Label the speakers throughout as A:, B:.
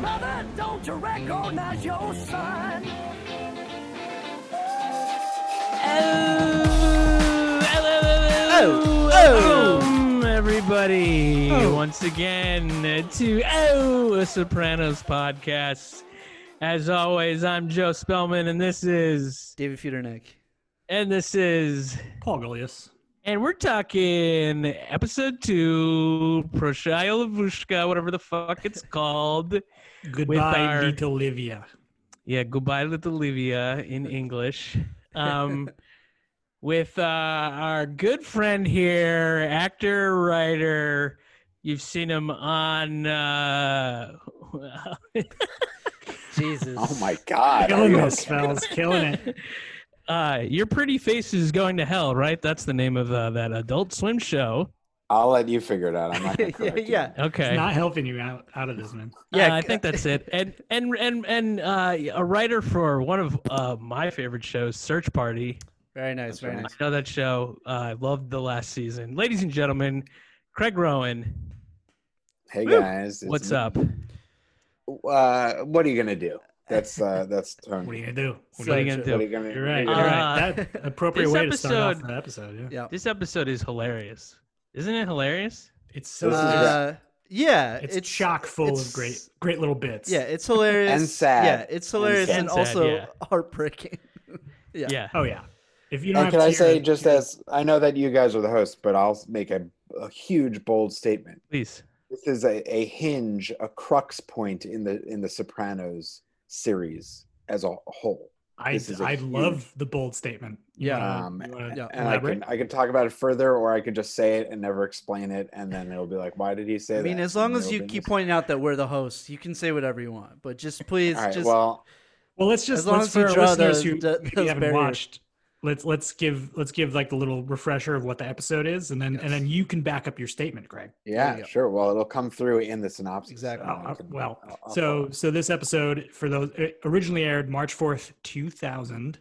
A: Mother, don't you recognize your son?
B: Oh, hello,
C: Oh,
B: hello,
C: oh.
B: welcome, everybody,
C: Oh.
B: once again to Oh, a Sopranos podcast. As always, I'm Joe Spellman, and this is
C: David Feudernick.
B: and this is
D: Paul Golias.
B: and we're talking episode two, Proshaya Lavushka, whatever the fuck it's called.
D: Goodbye,
B: our-
D: little Livia.
B: Yeah, goodbye little Olivia in English. Um, with uh, our good friend here, actor, writer. You've seen him on. Uh,
C: Jesus.
E: Oh my god!
D: Killing
E: Are you
D: those
E: okay?
D: spells, killing it.
B: uh, Your pretty face is going to hell, right? That's the name of uh, that Adult Swim show.
E: I'll let you figure it out. I'm not gonna
C: yeah,
E: correct
C: yeah,
B: Okay.
D: Not helping you out out of this, man.
C: yeah.
B: Uh, I think that's it. And and and and uh, a writer for one of uh, my favorite shows, Search Party.
C: very nice, very
E: right.
C: nice.
B: I know that show. Uh, I loved the last season. Ladies and gentlemen, Craig Rowan,
E: You. Hey guys, it's
B: what's
E: me.
B: up?
E: Uh, what are you gonna do? That's uh, that's turn.
D: What are you gonna do?
C: So
B: What are you gonna
C: true.
B: do?
E: you gonna?
D: You're right.
E: what
D: You're
E: are you gonna
B: Uh,
D: right. That appropriate
B: this
D: way to start off
B: episode-
D: that episode. Yeah,
C: Yeah.
B: This episode is hilarious, isn't it hilarious?
D: it's so
E: This is-
C: Uh, yeah,
D: it's, chock full
C: it's-
D: of great, great little bits.
C: Yeah, it's hilarious
E: And sad.
C: Yeah, it's hilarious
E: sad.
C: and,
B: And sad,
C: also
B: yeah.
C: heartbreaking. yeah.
B: Yeah.
D: Oh yeah. If you
E: do?
D: don't,
E: And
D: have
E: Uh, can I
D: tears,
E: say just
D: you-
E: as I know that you guys are the hosts, but I'll make a, a huge bold statement.
B: Please.
E: This is a, a hinge, a crux point in the in the Sopranos series as a whole.
D: I,
E: this is a
D: I
E: huge-
D: love the bold statement. You
C: Yeah.
D: wanna-
E: Um,
D: you wanna
C: yeah.
E: And I can
D: elaborate?
E: I can talk about it further, or I could just say it and never explain it, and then it'll be like, why did he say
C: I mean,
E: that?
C: as long
E: And
C: as
E: it'll
C: you
E: be
C: keep
E: mis-
C: pointing out that we're the hosts, you can say whatever you want. But just please,
E: All right,
C: just
E: well,
D: Well, let's just
C: As long
D: let's
C: as you
D: for our
C: draw
D: listeners
C: those-
D: who
C: th-
D: maybe
C: those
D: haven't
C: barriers.
D: watched. Let's let's give let's give like the little refresher of what the episode is, and then and then you can back up your statement, Greg.
C: you
E: Yeah,
C: go.
E: sure. Well, it'll come through in the synopsis.
C: Exactly.
E: so
D: Oh,
E: I
D: uh,
E: can-
D: well,
E: I'll- I'll
D: so
E: follow.
D: so this episode for those it originally aired March fourth, two thousand,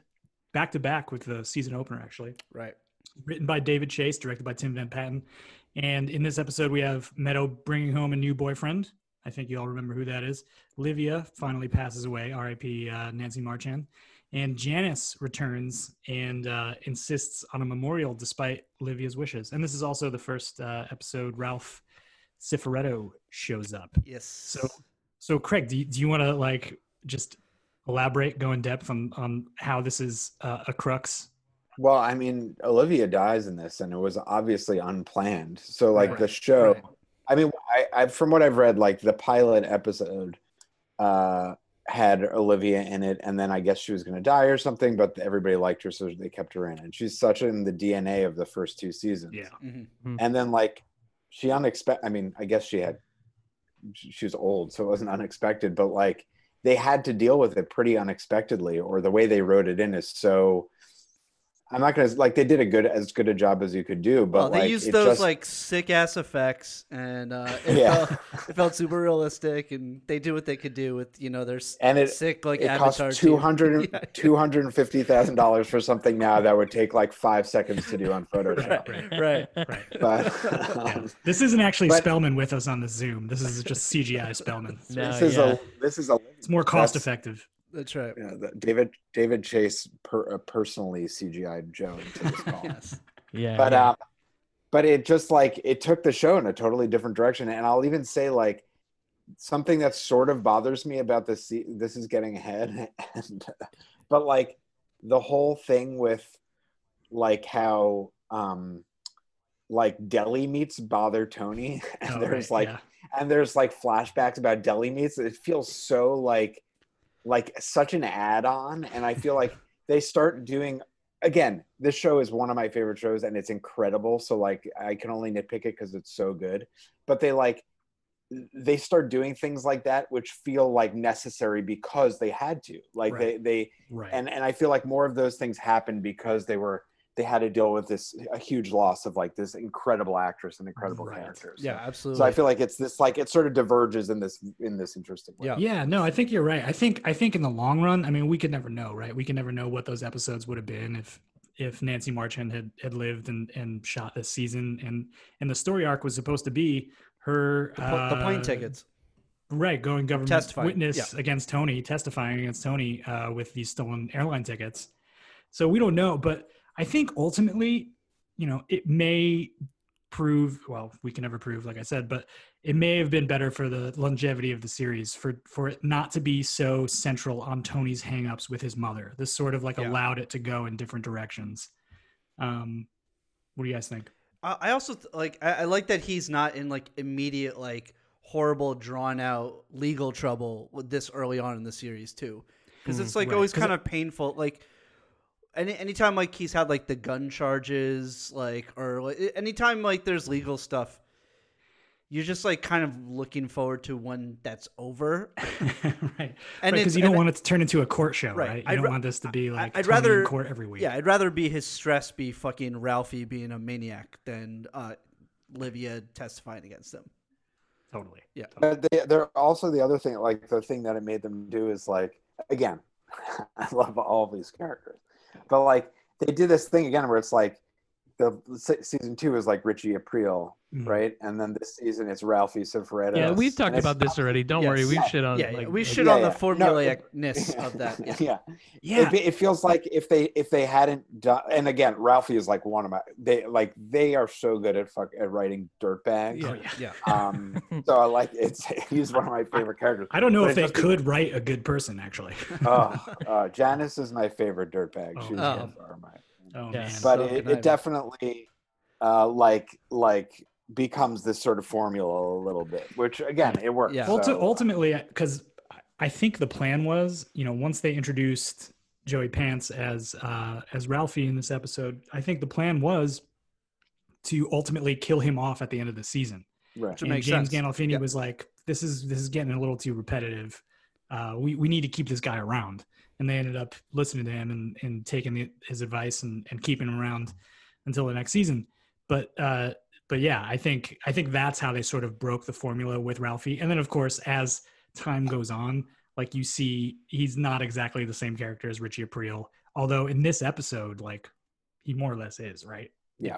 D: back to back with the season opener. Actually,
C: right.
D: written by David Chase, directed by Tim Van Patten, and in this episode we have Meadow bringing home a new boyfriend. I think you all remember who that is. Livia finally passes away. R.I.P. Uh, Nancy Marchand. And Janice returns and uh, insists on a memorial despite Livia's wishes. And this is also the first uh, episode Ralph Cifaretto shows up.
C: Yes.
D: So, so Craig, do you, do you want to like just elaborate, go in depth on on how this is uh, a crux?
E: well, I mean, Olivia dies in this, and it was obviously unplanned. So, like the
D: Right,
E: show,
C: right.
E: I mean, I, I from what I've read, like the pilot episode uh, had Olivia in it, and then I guess she was going to die or something, but everybody liked her, so they kept her in. And she's such in the DNA of the first two seasons.
C: Mhm.
E: and then like she unexpected i mean i guess she had she she was old so it wasn't unexpected but like they had to deal with it pretty unexpectedly or the way they wrote it in is so i'm not gonna like they did a good as good a job as you could do but
C: Well, they
E: like,
C: used
E: it
C: those
E: just-
C: like sick ass effects, and uh, it,
E: Yeah.
C: felt, it felt super realistic. And they did what they could do with you know their s-
E: and it
C: sick like
E: it cost
C: avatar. team.
E: 200
C: Yeah.
E: $250,000 dollars for something now that would take like five seconds to do on Photoshop.
C: right.
D: Right.
E: But um,
D: This isn't actually
E: But-
D: Spellman with us on the Zoom. This is just CGI Spellman.
B: No,
E: this is
B: yeah.
E: a this is a
D: It's more cost
E: That's-
D: effective.
C: That's right.
E: yeah, the- David David Chase per, uh, personally CGI Joe into this call.
C: Yes.
B: yeah.
E: but
B: yeah.
E: um but it just like it took the show in a totally different direction and i'll even say like something that sort of bothers me about this se- this is getting ahead and, but like the whole thing with like how um like deli meats bother Tony, and
D: Oh,
E: there's
D: right,
E: like and there's like flashbacks about deli meats. It feels so like like such an add-on, and I feel like they start doing again. This show is one of my favorite shows, and it's incredible. So like I can only nitpick it because it's so good. But they like they start doing things like that, which feel like necessary because they had to. Like
D: Right.
E: they they
D: right
E: and and I feel like more of those things happened because they were they had to deal with this a huge loss of like this incredible actress and incredible
D: Right.
E: characters.
C: Yeah,
E: So,
C: absolutely.
E: I feel like it's this like it sort of diverges in this in this interesting way.
C: Yeah.
D: yeah no i think you're right i think i think in the long run i mean we could never know right we can never know what those episodes would have been if if nancy marchand had had lived and and shot this season and and the story arc was supposed to be her
C: the, pl- the plane
D: uh,
C: tickets.
D: right going government
C: Testifying,
D: witness against tony testifying against tony uh, with these stolen airline tickets so we don't know but i think ultimately you know it may prove well we can never prove like i said but it may have been better for the longevity of the series for for it not to be so central on tony's hangups with his mother this sort of like
C: Yeah.
D: allowed it to go in different directions um what do you guys think
C: I, I also th- like. I, I like that he's not in like immediate like horrible drawn out legal trouble with this early on in the series too, because it's like
D: right.
C: always
D: 'Cause
C: kind of painful. Like any anytime like he's had like the gun charges, like or like, anytime like there's legal stuff. You're just like kind of looking forward to when that's over.
D: right
C: And it's-
D: because you don't
C: and-
D: want it to turn into a court show
C: Right.
D: right, you
C: I'd
D: don't
C: ra-
D: want this to be like
C: I'd
D: Tony in
C: rather-
D: court every week
C: Yeah, I'd rather be his stress be fucking Ralphie being a maniac than uh, Livia testifying against him.
D: totally
E: But Uh, they, they're also the other thing, like the thing that it made them do is like again, I love all of these characters, but like they did this thing again where it's like the se- season two is like Richie Aprile,
D: Mhm.
E: right? And then this season it's Ralphie Cifaretto.
B: Mm-hmm. Yeah, we've
E: And
B: talked
E: it's-
B: about this already. Don't
C: Yes.
B: worry, we've
E: Yeah,
B: shit on.
C: yeah,
B: like,
C: we
B: like-
C: shit
E: Yeah,
C: on the
E: yeah. No, it-
C: formulaicness of that. Yeah.
E: yeah.
D: yeah
E: It, be- it feels like if they if they hadn't done and again Ralphie is like one of my they like they are so good at fuck at writing dirtbags.
D: Oh, yeah.
C: Yeah.
E: Um so I like it's he's one of my favorite characters.
D: I don't know if
E: But it
D: they
E: doesn't-
D: could write a good person, actually.
E: Oh, uh, Janice is my favorite dirtbag.
D: Oh,
E: She's
C: man.
E: by far my
D: Oh
B: Yeah.
D: man,
E: but
C: so
E: it,
C: conniving.
E: it definitely uh like like becomes this sort of formula a little bit, which again it works.
C: Yeah.
D: Ulti-
E: so-
D: ultimately, because I think the plan was, you know, once they introduced Joey Pants as uh, as Ralphie in this episode, I think the plan was to ultimately kill him off at the end of the season.
E: right.
C: To
D: and
C: make
D: James
C: sense.
D: Gandolfini
C: Yeah.
D: was like, "This is this is getting a little too repetitive. Uh, we we need to keep this guy around." And they ended up listening to him and, and taking the, his advice and, and keeping him around until the next season. But uh, but yeah, I think I think that's how they sort of broke the formula with Ralphie. And then of course, as time goes on, like you see, he's not exactly the same character as Richie Aprile. Although in this episode, like he more or less is, right?
E: Yeah.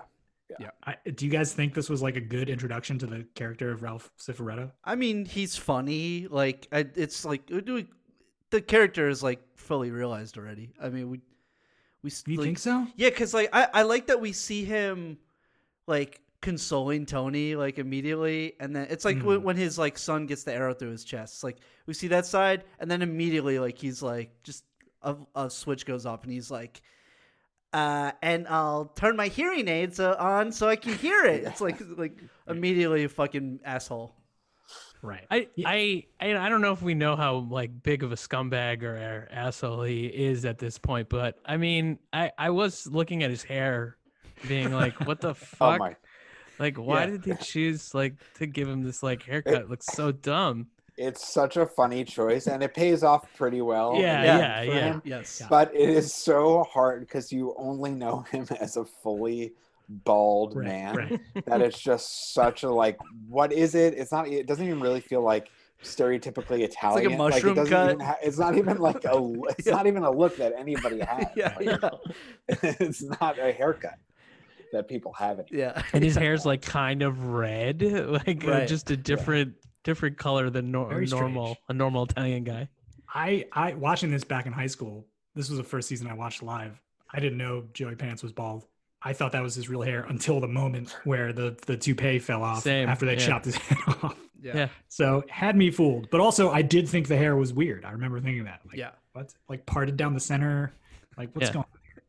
D: I, do you guys think this was like a good introduction to the character of Ralph Cifaretto?
C: I mean, he's funny. Like, I, it's like we- the character is like fully realized already. I mean, we we
D: Do you
C: like,
D: think so?
C: Yeah, because like I, I like that we see him like consoling Tony like immediately, and then it's like when, when his like son gets the arrow through his chest. Like we see that side, and then immediately like he's like just a, a switch goes off, and he's like, uh, and I'll turn my hearing aids uh, on so I can hear it. It's like like immediately a fucking asshole.
D: Right.
B: I, I I I don't know if we know how like big of a scumbag or a- asshole he is at this point, but I mean, I I was looking at his hair, being like, what the
E: Oh
B: fuck?
E: my
B: Like, why
D: Yeah.
B: did they choose like to give him this like haircut? It looks so dumb.
E: it's such a funny choice and it pays off pretty well.
B: Yeah,
E: again,
B: yeah,
E: for
B: yeah.
E: him.
C: Yes.
E: But it is so hard because you only know him as a fully bald
D: Right,
E: man
D: right.
E: that it's just such a like what is it it's not it doesn't even really feel like stereotypically italian it
C: mushroom
E: doesn't
C: cut.
E: even ha- it's not even like a it's
C: Yeah.
E: not even a look that anybody has
C: Yeah,
E: Like, it's not a haircut that people have it
C: Yeah.
B: And his hair's like kind of red, like uh,
C: Right.
B: just a different different color than nor-
D: Very
B: normal
D: strange.
B: a normal Italian guy.
D: I, I watching this back in high school. This was the first season I watched live. I didn't know Joey Pants was bald. I thought that was his real hair until the moment where the the toupee fell off
B: Same,
D: after they
B: yeah.
D: chopped his head off.
B: Yeah.
D: So had me fooled. But also, I did think the hair was weird. I remember thinking that. Like,
C: Yeah.
D: What? Like parted down the center. Like what's
B: Yeah.
D: going on? Here?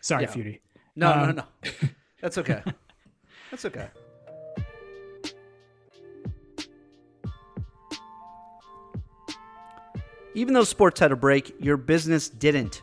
D: Sorry,
C: Yeah.
D: Feudy.
C: No,
D: Um,
C: no, no. That's okay. That's okay. Even though sports had a break, your business didn't.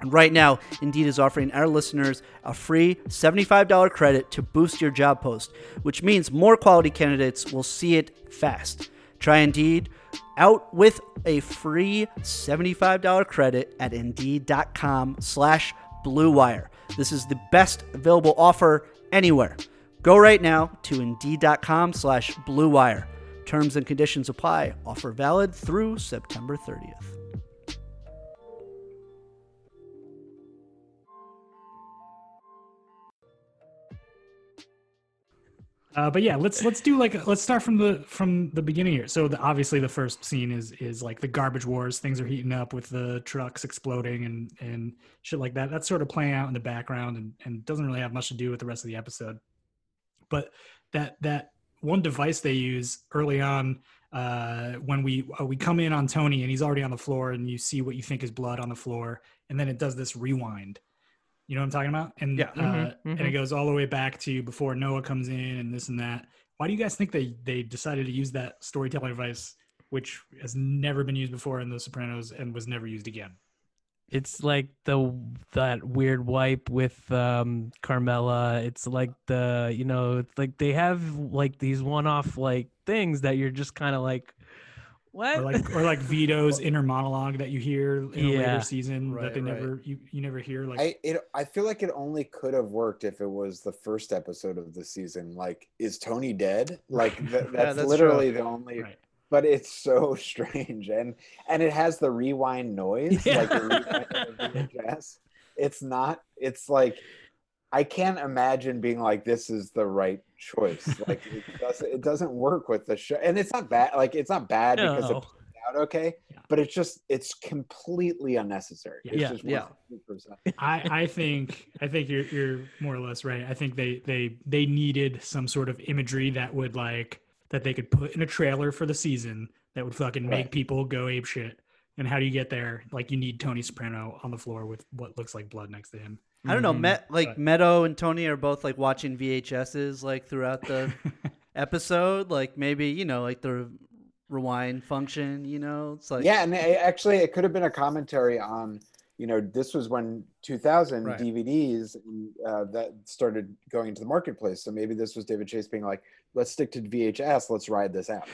C: And right now, Indeed is offering our listeners a free $75 credit to boost your job post, which means more quality candidates will see it fast. Try Indeed out with a free $75 credit at indeed.com slash bluewire. This is the best available offer anywhere. Go right now to indeed.com slash bluewire. Terms and conditions apply. Offer valid through September 30th.
D: Uh, but yeah, let's let's do like let's start from the from the beginning here. So the, obviously the first scene is is like the garbage wars. Things are heating up with the trucks exploding and and shit like that. That's sort of playing out in the background and and doesn't really have much to do with the rest of the episode. But that that one device they use early on uh, when we uh, we come in on Tony and he's already on the floor and you see what you think is blood on the floor and then it does this rewind. You know what I'm talking about? And
C: Yeah. Mm-hmm.
D: uh,
B: Mhm,
D: and it goes all the way back to before Noah comes in and this and that. Why do you guys think they they decided to use that storytelling device, which has never been used before in The Sopranos and was never used again?
B: It's like the that weird wipe with um Carmela. It's like the you know, it's like they have like these one-off like things that you're just kind of like, what?
D: Or like or like Vito's inner monologue that you hear in a
B: Yeah.
D: later season
C: Right,
D: that they
C: right.
D: never you, you never hear like
E: I it I feel like it only could have worked if it was the first episode of the season. Like, is Tony dead? Like th- that's,
C: that's
E: literally the only.
D: right.
E: But it's so strange, and and it has the rewind noise. Like the rewind of the VHS. it's not. It's like I can't imagine being like this is the right choice. Like it doesn't it doesn't work with the show, and it's not bad. Like it's not bad because it
B: no.
E: out okay,
D: Yeah.
E: but it's just it's completely unnecessary. It's
B: Yeah.
E: just
C: Yeah.
E: 100%.
D: I, I think I think you're you're more or less right. I think they they they needed some sort of imagery that would like that they could put in a trailer for the season that would fucking make
E: Right.
D: people go ape shit. And how do you get there? Like you need Tony Soprano on the floor with what looks like blood next to him.
C: I don't know.
B: Mhm.
C: Met, like
D: Mm-hmm. Right.
C: Meadow and Tony are both like watching VHSs like throughout the episode. Like maybe you know like the rewind function. You know, it's like
E: yeah, and it, actually, it could have been a commentary on you know this was when 2000
C: Right.
E: DVDs uh, that started going into the marketplace. So maybe this was David Chase being like, let's stick to VHS, let's ride this out.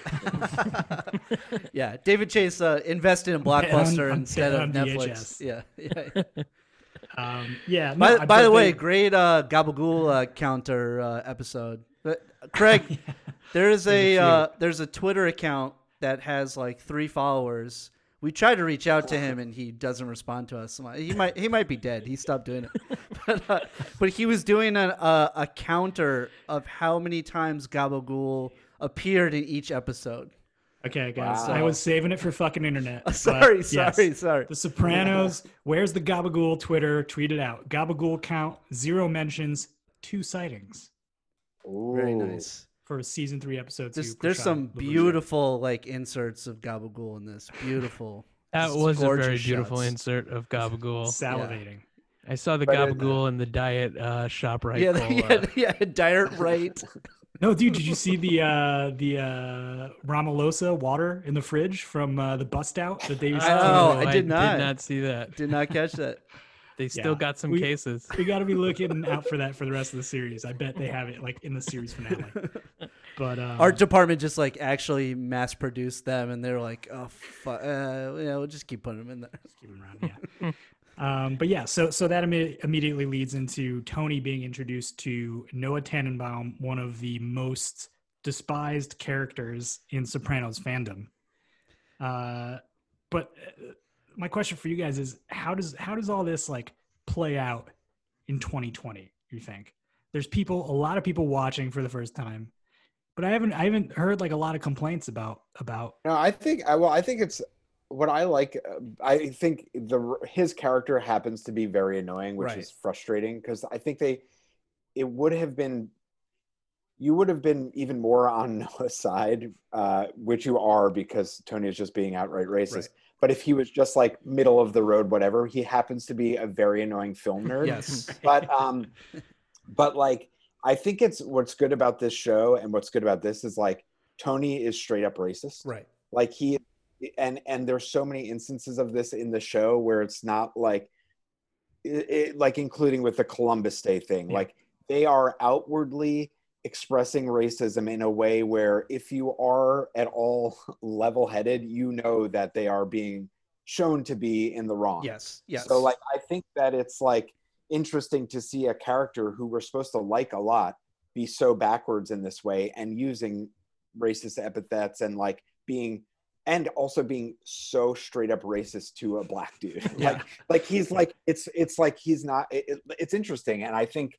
C: yeah. David Chase uh, invested in
D: on-
C: Blockbuster
D: I'm
C: instead
D: betting
C: of
D: on
C: Netflix.
D: VHS.
C: Yeah. yeah.
D: Um, yeah.
C: by
D: no, I-
C: by
D: but
C: the way,
D: they-
C: great uh, Gabagool uh, counter uh, episode. But Craig, there is a
D: few.
C: uh, there's a Twitter account that has like three followers. We tried to reach out to him and he doesn't respond to us. He might he might be dead. He stopped doing it. But, uh, but he was doing a, a a counter of how many times Gabagool appeared in each episode.
D: okay, guys, I
E: Wow.
D: was saving it for fucking internet. but
C: sorry,
D: yes.
C: sorry, sorry.
D: The Sopranos. Where's the Gabagool Twitter? Tweet it out. Gabagool count zero mentions, two sightings
C: Very
E: Ooh.
C: nice.
D: for season three, episode two.
C: There's, there's
D: Prashant
C: some
D: Labuja.
C: beautiful like inserts of Gabagool in this. Beautiful.
B: That was a
C: gorgeous
B: very beautiful
C: shots.
B: insert of Gabagool.
D: salivating.
B: I saw the
E: But in the-
B: Gabagool in the diet uh, shop right. uh,
C: yeah,
B: cola.
C: yeah, yeah, diet right.
D: No, dude, did you see the uh, the uh, Ramalosa water in the fridge from uh, the bust out that they used to
C: Oh,
B: No,
C: I did not.
B: Did not see that.
C: Did not catch that.
B: They still
D: Yeah.
B: got some
D: We-
B: cases.
D: We got to be looking out for that for the rest of the series. I bet they have it like in the series finale. But um,
C: Art department just like actually mass produced them, and they're like, oh, fu- uh, yeah, we'll just keep putting them in there.
D: keep 'em around, yeah. Um, but yeah, so so that imme- immediately leads into Tony being introduced to Noah Tannenbaum, one of the most despised characters in Sopranos fandom. Uh, but uh, my question for you guys is how does how does all this like play out in 2020? You think there's people, a lot of people watching for the first time, but I haven't I haven't heard like a lot of complaints about about
E: No, I think I well, I think it's what I like. uh, I think the his character happens to be very annoying, which
D: Right.
E: is frustrating because I think they it would have been you would have been even more on Noah's side, uh, which you are because Tony is just being outright racist.
D: Right.
E: But if he was just like middle of the road, whatever, he happens to be a very annoying film nerd
C: Yes.
E: but um but like i think it's what's good about this show and what's good about this is like tony is straight up racist
D: right.
E: like he and and there's so many instances of this in the show where it's not like it, it- like including with the columbus day thing
D: Yeah.
E: like they are outwardly expressing racism in a way where if you are at all level-headed you know that they are being shown to be in the wrong
C: Yes. Yes.
E: so like I think that it's like interesting to see a character who we're supposed to like a lot be so backwards in this way and using racist epithets and like being and also being so straight up racist to a black dude.
D: Yeah.
E: Like like he's like it's it's like he's not it, it- it's interesting and I think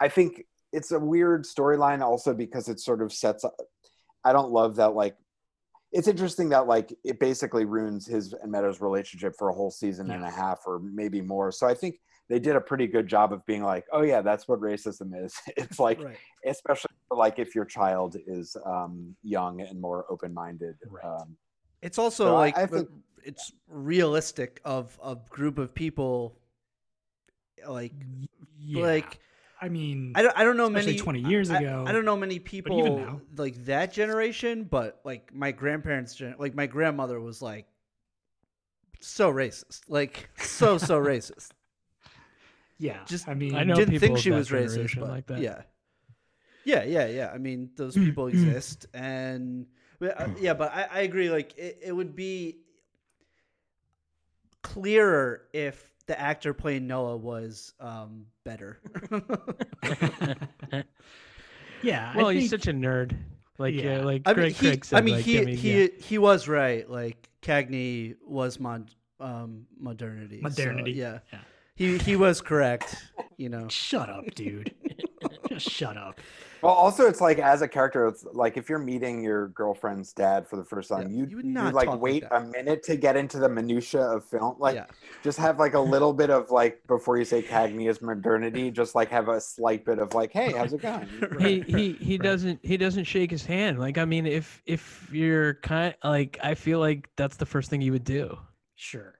E: I think it's a weird storyline also because it sort of sets up I don't love that like it's interesting that like it basically ruins his and Meadows relationship for a whole season and a half or maybe more. So I think they did a pretty good job of being like, oh yeah, that's what racism is. It's like
C: right.
E: especially for like if your child is um, young and more open minded.
D: Right.
E: Um,
C: It's also
E: So I-
C: like
E: I
C: the- it's realistic of a group of people. Like,
D: Yeah.
C: like
D: I mean,
C: I don't, I don't know
D: especially
C: many
D: 20 years
C: I-
D: ago.
C: I, don't know many people
D: now.
C: like that generation, but like my grandparents, gen- like my grandmother was like so racist, like so so racist.
D: yeah,
C: just-
D: I mean,
B: I know
C: Didn't
B: people
C: think
B: of
C: she
B: that
C: was racist,
B: generation
C: but
B: like that. Mm,
C: yeah, yeah, yeah, yeah. I mean, those people exist, and but, uh, yeah, but I, I agree. Like, it, it would be clearer if the actor playing Noah was um, better.
D: yeah. I
B: Well, he's
D: think-
B: such a nerd. Like,
D: Yeah.
B: yeah, like
C: I mean,
B: Greg
C: he,
B: Craig said.
C: I mean,
B: like,
C: he,
B: I mean,
C: he,
B: yeah.
C: he was right. Like Cagney was mon, um, modernity. so,
D: Modernity.
C: yeah.
D: Yeah.
C: He he was correct. You know.
D: Shut up, dude. Just shut up.
E: well, also it's like as a character, it's like if you're meeting your girlfriend's dad for the first
C: Yeah,
E: time, you
C: you would
E: you
C: not talk
E: like
C: like
E: wait
C: that.
E: a minute to get into the minutia of film. Like
C: yeah.
E: just have like a little bit of like before you say Cagney is modernity, just like have a slight bit of like, hey, how's it going?
B: he he he doesn't he doesn't shake his hand. Like I mean, if if you're kind like I feel like that's the first thing you would do.
D: Sure.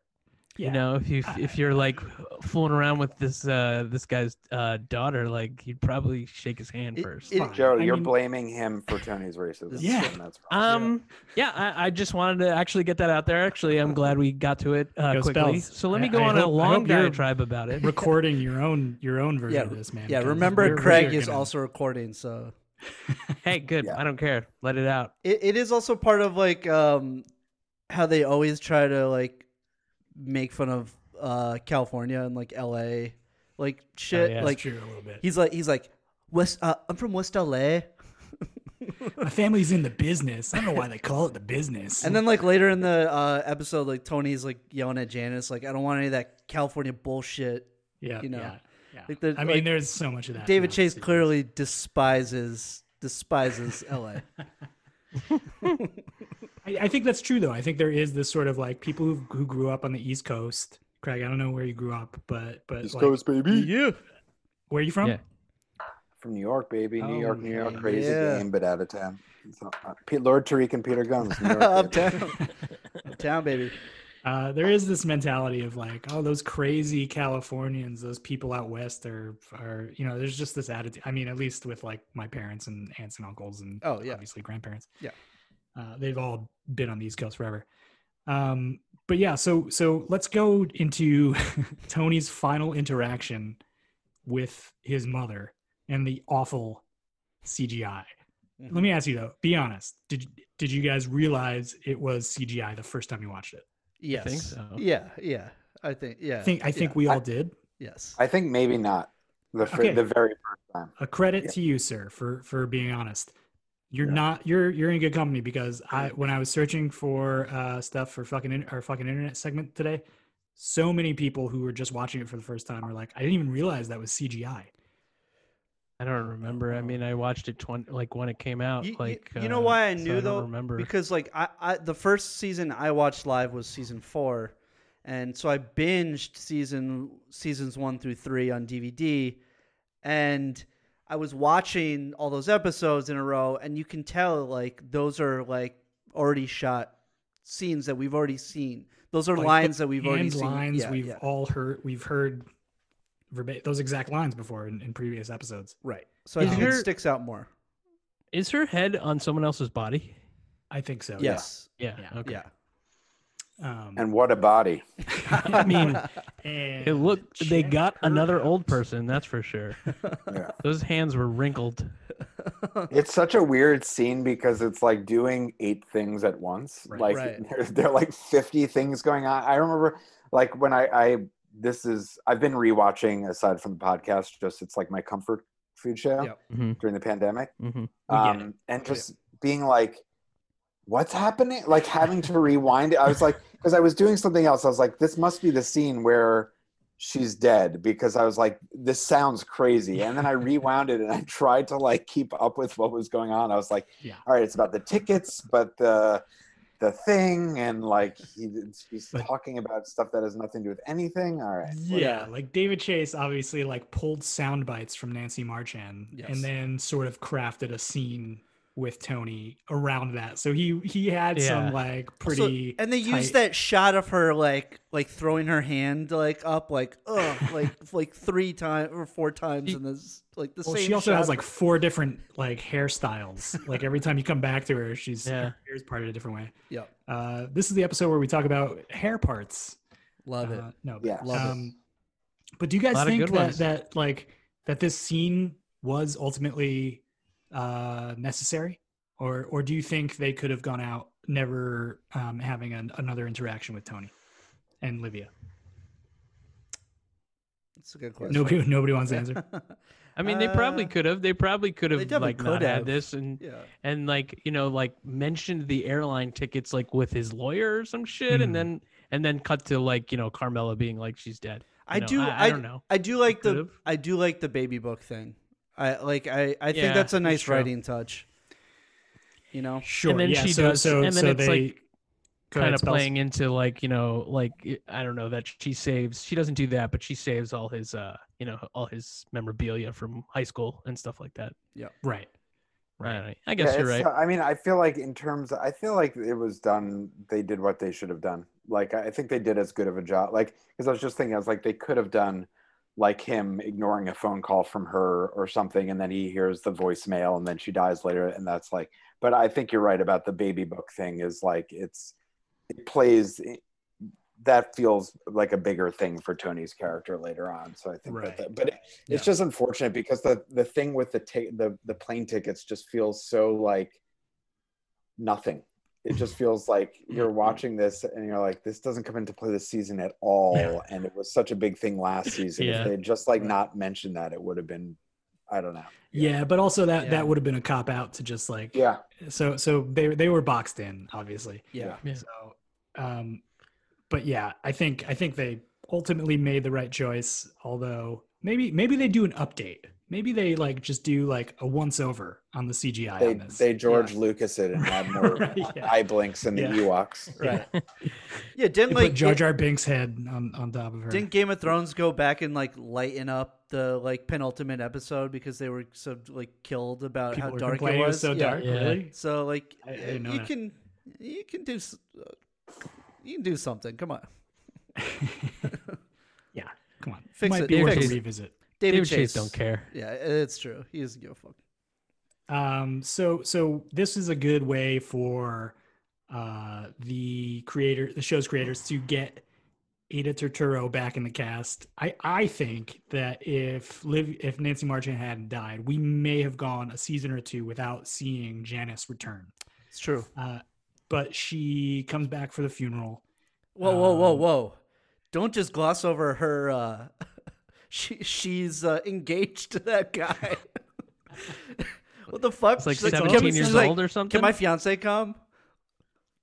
D: Yeah.
B: You know, if you
D: I-
B: if you're like fooling around with this uh this guy's uh daughter, like you'd probably shake his hand
C: It-
B: first.
C: it-
D: Fine.
E: Joe,
D: I
E: you're
D: mean-
E: blaming him for Tony's racism.
C: That's
D: Yeah.
E: and that's wrong.
B: um yeah, I, I just wanted to actually get that out there. Actually, I'm glad we got to it uh,
D: Yo,
B: quickly.
D: Spells,
B: So let
D: I-
B: me go
D: I
B: on
D: hope-
B: a
D: I
B: long
D: hope you're-
B: diatribe about it.
D: Recording your own your own version
C: Yeah,
D: of this, man.
C: yeah.
D: because
C: Remember,
D: we're- we
C: Craig
D: are
C: is
D: gonna-
C: also recording, so
B: hey, good.
E: Yeah.
B: I don't care. Let it out.
C: it, it is also part of like um, how they always try to like make fun of uh, California and like L.A. Like
D: Oh,
C: shit.
D: yeah, it's
C: like
D: true a little bit.
C: he's like he's like West. Uh, I'm from West L.A.
D: My family's in the business. I don't know why they call it the business.
C: And then like later in the uh, episode, like Tony's like yelling at Janice, like I don't want any of that California bullshit.
D: yeah,
C: you know,
D: yeah, yeah.
C: like the-
D: I mean,
C: like,
D: there's so much of that.
C: David
D: now,
C: Chase
D: too.
C: clearly despises despises LA.
D: I, I think that's true, though. I think there is this sort of like people who, who grew up on the East Coast. Craig, I don't know where you grew up, but but like,
E: baby.
D: where are you from?
B: Yeah.
E: From New York, baby. New York, New York.
C: Okay,
E: Crazy
C: Oh, yeah.
E: game, but out of town. So, uh, P- Lord Tariq and Peter Guns. New York, baby.
C: Uptown. Uptown baby.
D: Uh, there is this mentality of like, oh, those crazy Californians, those people out west are, are, you know, there's just this attitude. I mean, at least with like my parents and aunts and uncles and
C: Oh, yeah.
D: obviously grandparents.
C: Yeah.
D: Uh, they've all been on the East Coast forever. Um, but yeah, so, so let's go into Tony's final interaction with his mother and the awful CGI.
C: Mm-hmm.
D: Let me ask you though, be honest. Did, did you guys realize it was CGI the first time you watched it?
C: Yes.
B: think so?
C: Yeah, yeah. I think. Yeah.
D: I think I think
C: yeah,
D: we all did.
C: yes.
E: I think maybe not the fir-
D: Okay.
E: the very first time.
D: A credit
E: Yeah.
D: to you, sir, for for being honest. You're
E: Yeah.
D: not you're you're in good company because I when I was searching for uh stuff for fucking in, our fucking internet segment today, so many people who were just watching it for the first time were like, I didn't even realize that was CGI.
B: I don't remember. I mean, I watched it 20, like when it came out.
C: You- you-
B: like
C: you know
B: uh,
C: why I
B: so
C: knew,
B: don't
C: though?
B: Remember?
C: Because like I, I the first season I watched live was season four, and so I binged season seasons one through three on DVD, and I was watching all those episodes in a row, and you can tell like those are like already shot scenes that we've already seen. Those are
D: Like,
C: lines that we've already
D: and
C: seen.
D: lines
C: Yeah,
D: we've
C: yeah.
D: all heard we've heard verbatim those exact lines before in, in previous episodes.
C: right. So I
B: Is
C: think it
B: there-
C: sticks out more.
B: Is her head on someone else's body?
D: I think so.
C: Yes.
B: Oh, Yeah.
D: Yeah.
B: Okay.
C: Yeah.
D: Um,
E: And what a body!
B: I mean,
D: and
B: it looked. They
D: check
B: got
D: her
B: another
D: out.
B: old person. That's for sure.
E: Yeah.
B: Those hands were wrinkled.
E: It's such a weird scene because it's like doing eight things at once.
D: Right.
E: Like
C: Right.
E: There, there are like fifty things going on. I remember like when I, I this is I've been rewatching aside from the podcast. Just it's like my comfort food show
C: Yep.
B: Mhm.
E: during the pandemic.
C: Mm-hmm.
B: hmm
D: We get
E: um, and just being like, "What's happening?" Like having to rewind it. I was like, because I was doing something else. I was like, "This must be the scene where she's dead," because I was like, "This sounds crazy." And then I rewound it and I tried to like keep up with what was going on. I was like,
D: Yeah.
E: all right, it's about the tickets, but the the thing and like he, he's
D: But-
E: talking about stuff that has nothing to do with anything. All right,
D: Yeah, like David Chase obviously like pulled sound bites from Nancy Marchand
C: Yes.
D: and then sort of crafted a scene with Tony around that. So he he had
B: Yeah.
D: some like
C: Also,
D: pretty
C: and they used
D: tight-
C: that shot of her like like throwing her hand like up like ugh like like three times or four times
D: She-
C: in this like the
D: Well,
C: same
D: she also
C: shot.
D: has like four different like hairstyles. like every time you come back to her, she's
B: Yeah.
D: her hair's parted a different way.
C: yeah
D: Uh, this is the episode where we talk about hair parts.
C: love it
D: Uh, no,
E: Yeah.
C: Love it.
D: But do you guys
B: Um, Lot of
D: think
B: good
D: that,
B: ones.
D: that like that this scene was ultimately uh, necessary, or or do you think they could have gone out never um, having an, another interaction with Tony and Livia?
C: it's a good question
D: Nobody nobody wants to answer.
B: I mean, they probably
C: Uh,
B: could have. They probably could have
C: definitely
B: like not
C: could have.
B: had this and
C: yeah
B: and like you know like mentioned the airline tickets like with his lawyer or some shit,
D: Mhm.
B: and then and then cut to like you know Carmela being like she's dead.
C: I
B: know,
C: do.
B: I- I
C: I,
B: don't know.
C: I do like the.
B: could've.
C: I do like the baby book thing. I like. I. I
B: Yeah,
C: think that's a
B: that's
C: nice
B: true.
C: writing touch. You know.
D: Sure.
B: and then
D: yeah,
B: she
D: so,
B: does,
D: So,
B: and then
D: so
B: it's
D: they
B: like
D: go
B: kind
D: ahead,
B: of
D: Spells.
B: playing into like you know like it- I don't know that she saves. She doesn't do that, but she saves all his uh you know all his memorabilia from high school and stuff like that.
D: right.
B: Right. I, don't know. I
E: Yeah,
B: guess you're
E: it's- uh,
B: right.
E: I mean, I feel like in terms, I feel like it was done. They did what they should have done. Like I I think they did as good of a job. Like because I was just thinking, I was like, they could have done like him ignoring a phone call from her or something, and then he hears the voicemail, and then she dies later, and that's like. But I think you're right about the baby book thing. Is like it's it plays. that feels like a bigger thing for Tony's character later on. So I think
D: Right.
E: that, that but it's just unfortunate because the the thing with the ta- the the plane tickets just feels so like nothing. It just feels like you're watching this and you're like, this doesn't come into play this season at all. And it was such a big thing last season.
B: Yeah.
E: If they had just like not mentioned that, it would have been, I don't know.
D: Yeah. but also that
C: Yeah.
D: that would have been a cop out to just like
E: Yeah,
D: so so they they were boxed in obviously.
C: Yeah.
B: Yeah.
D: So, um, but yeah, I think I think they ultimately made the right choice. Although maybe maybe they do an update. Maybe they like just do like a once over on the CGI
E: they
D: on this.
E: they George Lucas it and had more
D: Right, yeah.
E: eye blinks in the
D: Yeah.
E: Ewoks.
C: Right. yeah. Didn't
D: They
C: like
D: put Jar
C: Ga-
D: Jar Binks' head on, on top of her.
C: Didn't Game of Thrones go back and like lighten up the like penultimate episode because they were so like killed about
D: People
C: how
D: were
C: dark it
D: complaining
C: was?
D: it was so
C: Yeah.
D: dark.
B: Yeah.
D: Really?
C: So like
D: I- I didn't know
C: you
D: that.
C: can you can do s- uh, you can do something. Come on,
D: Yeah. Come on.
C: Fix
D: Might
C: it,
D: be worth
B: fix
D: a
B: it.
D: revisit.
C: David,
B: David Chase don't care.
C: Yeah, it's true. He doesn't give a fuck.
D: Um, so so this is a good way for uh, the creator, the show's creators, to get Ada Turturro back in the cast. I I think that if Liv, if Nancy Marchand hadn't died, we may have gone a season or two without seeing Janice return.
C: It's true.
D: Uh, but she comes back for the funeral.
C: Whoa, whoa, whoa,
D: Um,
C: whoa! don't just gloss over her. Uh, she she's uh, engaged to that guy. what the fuck?
B: It's like
C: She's "Can-
B: 17 years
C: she's like,
B: old or something.
C: Can my fiance come?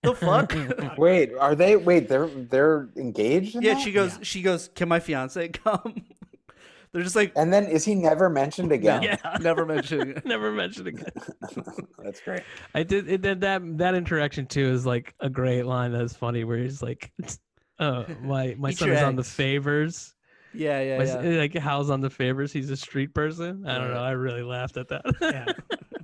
C: The fuck?
E: Wait, are they? Wait, they're they're engaged. in
C: yeah,
E: that?
C: she goes. She goes. Can my fiance come? They're just like
E: And then is he never mentioned again?
B: yeah.
C: never mentioning it.
B: Never mentioned again.
E: That's great.
B: I did it, did that that interaction too is like a great line that's funny where he's like uh my my
C: Eat
B: son
C: your
B: is on the
C: eggs.
B: favors.
C: Yeah, yeah,
B: My
C: yeah.
B: s- like how's on the favors, he's a street person. I don't know. I really laughed at that.
D: Yeah.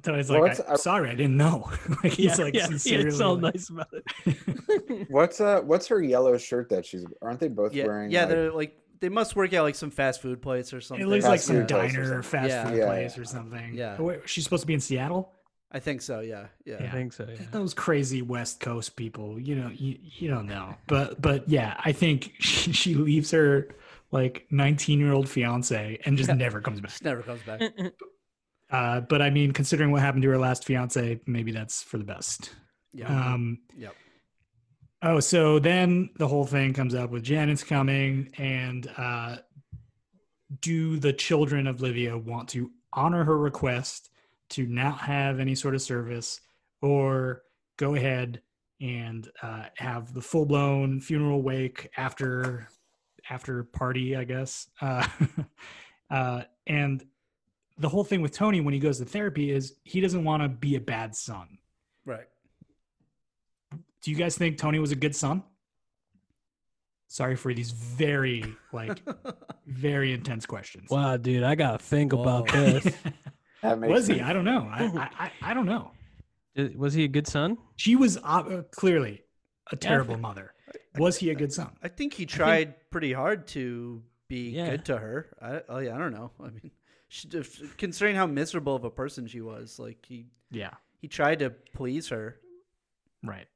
D: Tony's
E: Well,
D: like,
E: it's-
D: I'm sorry, I didn't know. like, he's like, sincerely.
B: He's so
D: like-
B: nice about it.
E: What's uh what's her yellow shirt that she's aren't they both
C: yeah,
E: wearing?
C: yeah.
E: like-
C: they're like they must work at like some fast food place or something.
D: It looks like
E: Fast
D: some
E: food place or
D: diner or fast
C: Yeah.
D: food
E: Yeah,
D: place
E: yeah.
D: or something.
C: Yeah.
D: Oh, wait, She's supposed to be in Seattle?
C: I think so. Yeah, yeah.
B: I think so. Yeah.
D: Those crazy West Coast people, you know, you, you don't know. But but yeah, I think she, she leaves her like 19 year old fiance and just never comes back.
C: She never comes back.
D: Uh, but I mean, considering what happened to her last fiance, maybe that's for the best.
C: Yeah.
D: Um,
C: Yep.
D: Oh, so then the whole thing comes up with Janet's coming, and uh, do the children of Livia want to honor her request to not have any sort of service, or go ahead and uh, have the full blown funeral wake after after party, I guess. Uh, uh, and the whole thing with Tony when he goes to therapy is he doesn't want to be a bad son.
C: right.
D: Do you guys think Tony was a good son? Sorry for these very like very intense questions.
B: Wow, dude, I gotta think about
C: Whoa.
B: this.
E: that makes
D: was he?
E: sense.
D: I don't know. I, I, I, I don't know.
B: Did- Was he a good son?
D: She was uh, clearly a terrible mother. Was he a good son?
C: I think he tried pretty hard to be
B: Yeah.
C: good to her. I, oh yeah, I don't know. I mean, she, if, considering how miserable of a person she was, like he
D: Yeah,
C: he tried to please her.
D: right.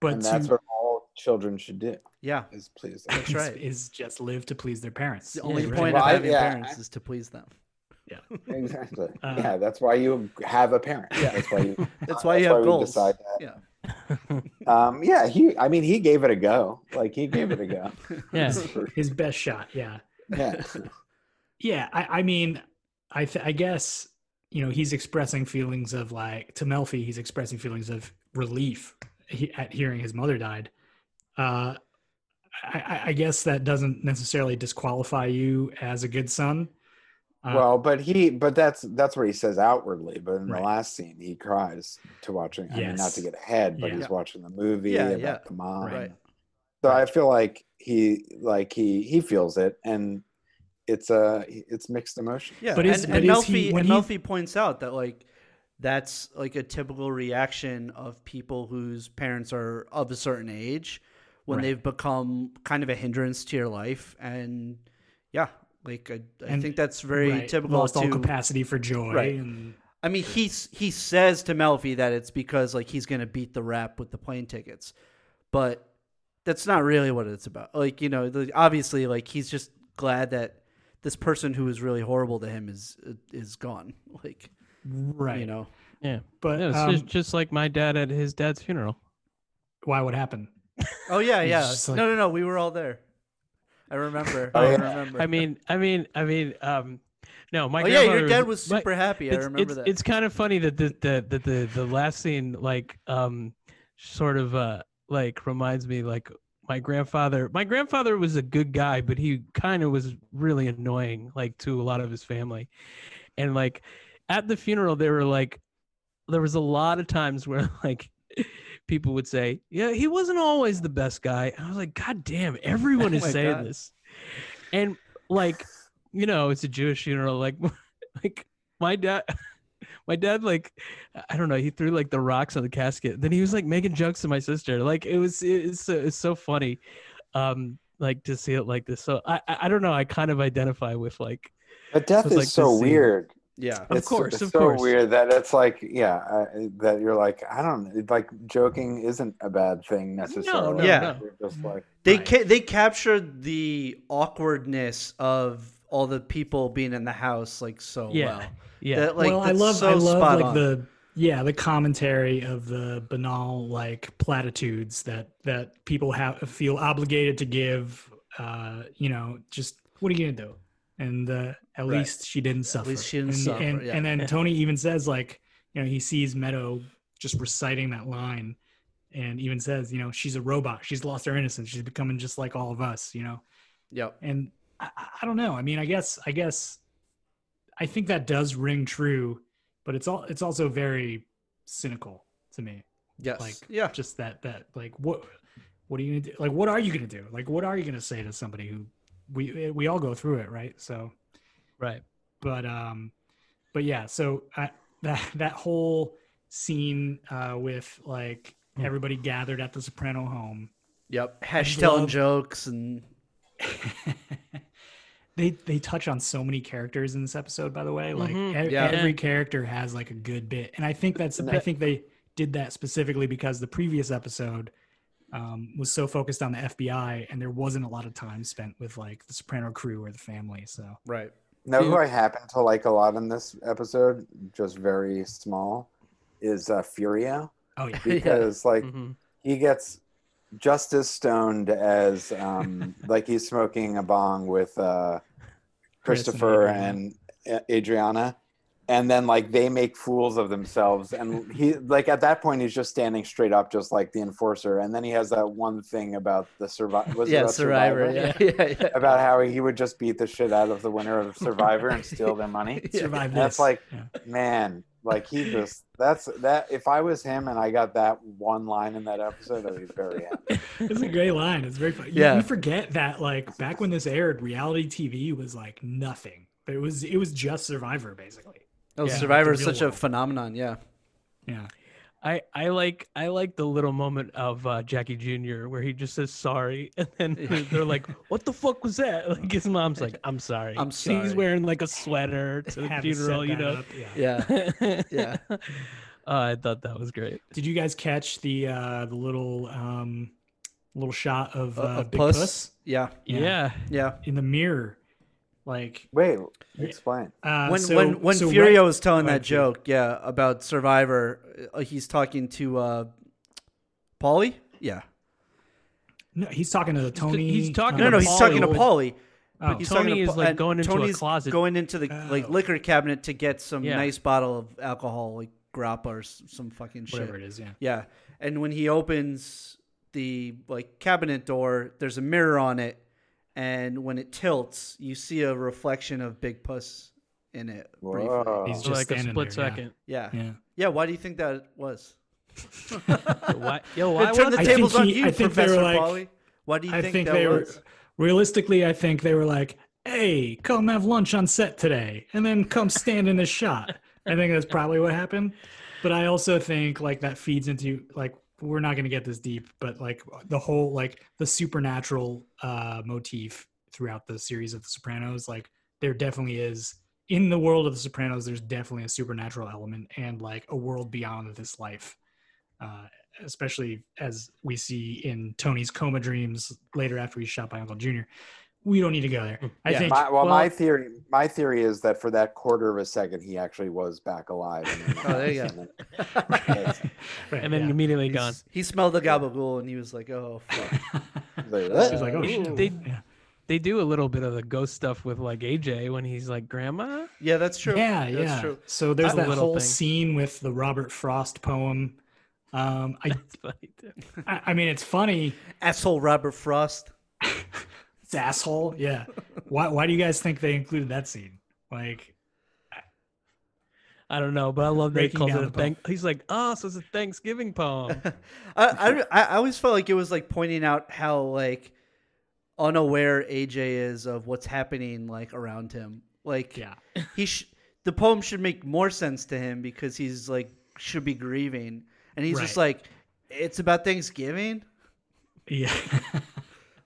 D: But
E: And that's
D: to-
E: what all children should do.
C: Yeah,
E: Is please.
C: that's
D: is,
C: right.
D: is just live to please their parents.
C: the only
B: right.
C: point
E: Well,
C: of
E: I-
C: having
E: yeah,
C: parents
E: I-
C: is to please them.
E: exactly.
D: Uh,
E: yeah, that's why you have a parent.
C: Yeah.
E: That's why you.
C: That's why you have
E: we
C: goals.
E: decide that.
C: Yeah,
E: Um, yeah, he. I mean, he gave it a go. Like he gave it a go.
B: Yeah.
D: His best shot. Yeah.
E: yeah.
D: Yeah, I, I mean, I th- I guess you know he's expressing feelings of like to Melfi, he's expressing feelings of relief he, at hearing his mother died. Uh, I- I, I guess that doesn't necessarily disqualify you as a good son. Uh,
E: well, but he. But that's that's what he says outwardly. But in
D: Right.
E: the last scene, he cries to watching. I mean, not to
D: Yes.
E: get ahead, but
D: Yeah.
E: he's watching the movie
C: Yeah,
E: about
C: yeah.
E: the mom.
C: right.
E: So I feel like he, like he, he feels it, and it's uh it's mixed emotion.
C: Yeah,
D: But
C: and,
D: is-
C: and
D: but is
C: Melfi
D: he- when
C: and
D: he-
C: Melfi points out that like that's like a typical reaction of people whose parents are of a certain age when
D: Right.
C: they've become kind of a hindrance to your life, and yeah, like I, I
D: And-
C: think that's very
D: right,
C: typical.
D: Lost all
C: to-
D: capacity for joy.
C: Right.
D: And
C: I mean, he s- he says to Melfi that it's because like he's gonna beat the rap with the plane tickets, but that's not really what it's about. Like you know, the, obviously, like he's just glad that this person who was really horrible to him is uh, is gone. Like
D: right.
C: you know,
B: Yeah.
D: But
B: No, it's
D: um,
B: just, just like my dad at his dad's funeral.
D: why would happen?
C: oh yeah,
D: He's
C: yeah.
D: just like-
C: no, no, no. We were all there. I remember.
E: Oh,
C: I
E: yeah.
C: remember.
B: I mean, I mean, I mean, um, no, my
C: oh yeah,
B: grandmother
C: your dad was
B: my-
C: super happy. I
B: it's,
C: remember
B: it's,
C: that.
B: It's kind of funny that the the the the, the last scene like um sort of uh like reminds me like my grandfather my grandfather was a good guy but he kind of was really annoying like to a lot of his family and like at the funeral they were like there was a lot of times where like people would say yeah he wasn't always the best guy i was like god damn everyone
C: Oh
B: is
C: my
B: saying
C: God.
B: this and like you know it's a jewish funeral like like my dad my dad like i don't know he threw like the rocks on the casket then he was like making jokes to my sister like it was it's so, it's so funny um like to see it like this so i i I don't know i kind of identify with like
E: But death
B: With,
E: is
B: like,
E: so
B: this scene.
E: weird.
C: yeah,
B: Of
E: it's,
B: course,
E: it's
B: of
E: so
B: course.
E: weird that it's like, yeah, uh, that you're like, I don't it's like joking isn't a bad thing necessarily.
C: no, Yeah.
B: no.
E: You're just like,
C: they
D: Right.
C: ca- they captured the awkwardness of all the people being in the house like so
B: Yeah.
C: well.
B: yeah
C: That, like,
D: well, I
C: that's
D: love
C: so
D: I love
C: spot
D: like
C: on.
D: the yeah the commentary of the banal like platitudes that that people have feel obligated to give uh, you know, just what are you gonna do? And uh, at
F: Right.
D: least she didn't suffer.
C: least she didn't
D: and,
C: suffer,
D: And,
C: yeah.
D: and then Tony even says like, you know, he sees Meadow just reciting that line, and even says, you know, she's a robot. She's lost her innocence. She's becoming just like all of us. You know,
C: Yep.
D: and I, I- I don't know. I mean, I guess I guess I think that does ring true, but it's all it's also very cynical to me.
C: Yes.
D: Like
C: yeah.
D: just that that like what what are you gonna do? Like what are you gonna do? Like what are you gonna say to somebody who we we all go through it, right? So
B: Right.
D: but um but yeah so I, that that whole scene uh with like everybody gathered at the soprano home
C: Yep. Hesh telling
D: love-
C: jokes and
D: they they touch on so many characters in this episode by the way like
B: Mhm.
D: e-
C: Yeah.
D: every character has like a good bit and i think that's i think they did that specifically because the previous episode um, was so focused on the fbi and there wasn't a lot of time spent with like the soprano crew or the family so
C: right.
E: Now, who
B: Dude.
E: I happen to like a lot in this episode, just very small, is uh, Furio
D: oh yeah
E: because like
C: Mm-hmm.
B: hmm
E: he gets just as stoned as um, like he's smoking a bong with
D: Chris
E: uh,
D: and
E: Christopher
D: Adriana.
E: and A- Adriana, and then like they make fools of themselves, and he like at that point he's just standing straight up, just like the enforcer, and then he has that one thing about the survi- was it
C: Yeah.
E: about
C: Survivor. Yeah. yeah. yeah.
E: about how he would just beat the shit out of the winner of Survivor and steal their money.
C: Yeah.
D: survive this.
E: That's like-
D: Yeah.
E: Man, like he just that's that. If I was him and I got that one line in that episode, I'd be very happy.
D: it's a great line. It's very fun. Yeah,
C: Yeah.
D: you forget that like back when this aired, reality TV was like nothing. It was it was just Survivor basically.
C: No,
D: Yeah.
C: Survivor is
D: The real
C: such a
D: world.
C: phenomenon. Yeah.
D: Yeah,
B: I, I like I like the little moment of uh, Jackie Jr. where he just says sorry, and then they're like, "What the fuck was that?" Like his mom's like, "I'm sorry."
C: I'm
B: He's
C: sorry.
B: wearing like a sweater to the
D: Have to set
B: funeral, you
D: that
B: know.
D: up, Yeah.
C: Yeah.
B: yeah.
C: Yeah.
B: uh, I thought that was great.
D: Did you guys catch the uh the little um little shot of, uh,
C: Of
D: Big
C: Puss.
D: Puss?
C: Yeah.
D: Yeah.
B: Yeah.
C: Yeah.
D: in the mirror? Like
E: Wait, explain.
D: uh,
C: when
D: so-
C: when when
D: so right-
C: Furio was telling
D: go ahead,
C: that joke, yeah, about Survivor, uh, he's talking to uh Paulie? Yeah.
D: no, he's talking to the Tony.
B: he's talking
C: No,
B: to
C: no, he's talking to
B: Paulie.
C: Paulie.
D: Uh, Oh.
C: He's
B: Tony
C: talking to
B: is,
C: Pa-
B: like,
C: and
B: going into a
C: Tony's
B: closet.
C: going into the
D: Oh.
C: like liquor cabinet to get some
B: Yeah.
C: nice bottle of alcohol, like grappa or s- some fucking shit.
D: whatever it is. Yeah.
C: Yeah. And when he opens the like cabinet door, there's a mirror on it, and when it tilts, you see a reflection of Big Puss in it. briefly.
E: Whoa.
D: He's
B: Oh. For
D: just
B: like a
D: standing
B: split
D: there, yeah.
B: second.
C: Yeah. yeah.
D: Yeah.
C: why do you think that was?
B: Yo, why, yo, why
C: Turn
B: was
C: the
D: I think
C: tables on
D: he-
C: you,
D: I think they were
C: Professor
D: like-
C: Pauly. Why do you
D: I
C: think,
D: think,
C: that
D: they
C: was?
D: were realistically. I think they were like, "Hey, come have lunch on set today, and then come stand in this shot." I think that's probably what happened. But I also think like that feeds into like we're not going to get this deep, but like the whole like the supernatural uh, motif throughout the series of The Sopranos, like there definitely is in the world of The Sopranos. There's definitely a supernatural element and like a world beyond this life. Uh, especially as we see in Tony's coma dreams later after he's shot by Uncle Junior. We don't need to go there. I
C: Yeah.
D: think
E: My, well, my
D: well,
E: theory, my theory is that for that quarter of a second, he actually was back alive. and then-
C: Oh, there you
D: right,
B: And then
D: yeah.
B: immediately
C: He's-
B: gone.
C: He smelled the gabagool and he was like, "Oh, fuck.
E: Like,
D: She's like, oh,
E: "Uh,
D: shit.
B: They-
D: yeah.
B: They do a little bit of the ghost stuff with like AJ when he's like, "Grandma."
C: yeah, that's true.
D: yeah,
C: that's
D: yeah.
C: true.
D: So there's
B: That
D: that,
B: little
D: whole
B: thing.
D: scene with the Robert Frost poem. Um, I,
B: It's funny too.
D: I, I mean, it's funny.
C: Asshole Robert Frost.
D: It's asshole. Yeah. Why, why do you guys think they included that scene? Like,
B: I don't know, but I love that he
D: Breaking
B: calls it
D: down
B: a
D: the poem.
B: thank. He's like, "Oh, so it's a Thanksgiving poem."
C: I, I, I always felt like it was like pointing out how like unaware AJ is of what's happening like around him. Like
D: yeah.
C: he sh- the poem should make more sense to him because he's like should be grieving and he's just like it's about Thanksgiving.
D: Yeah.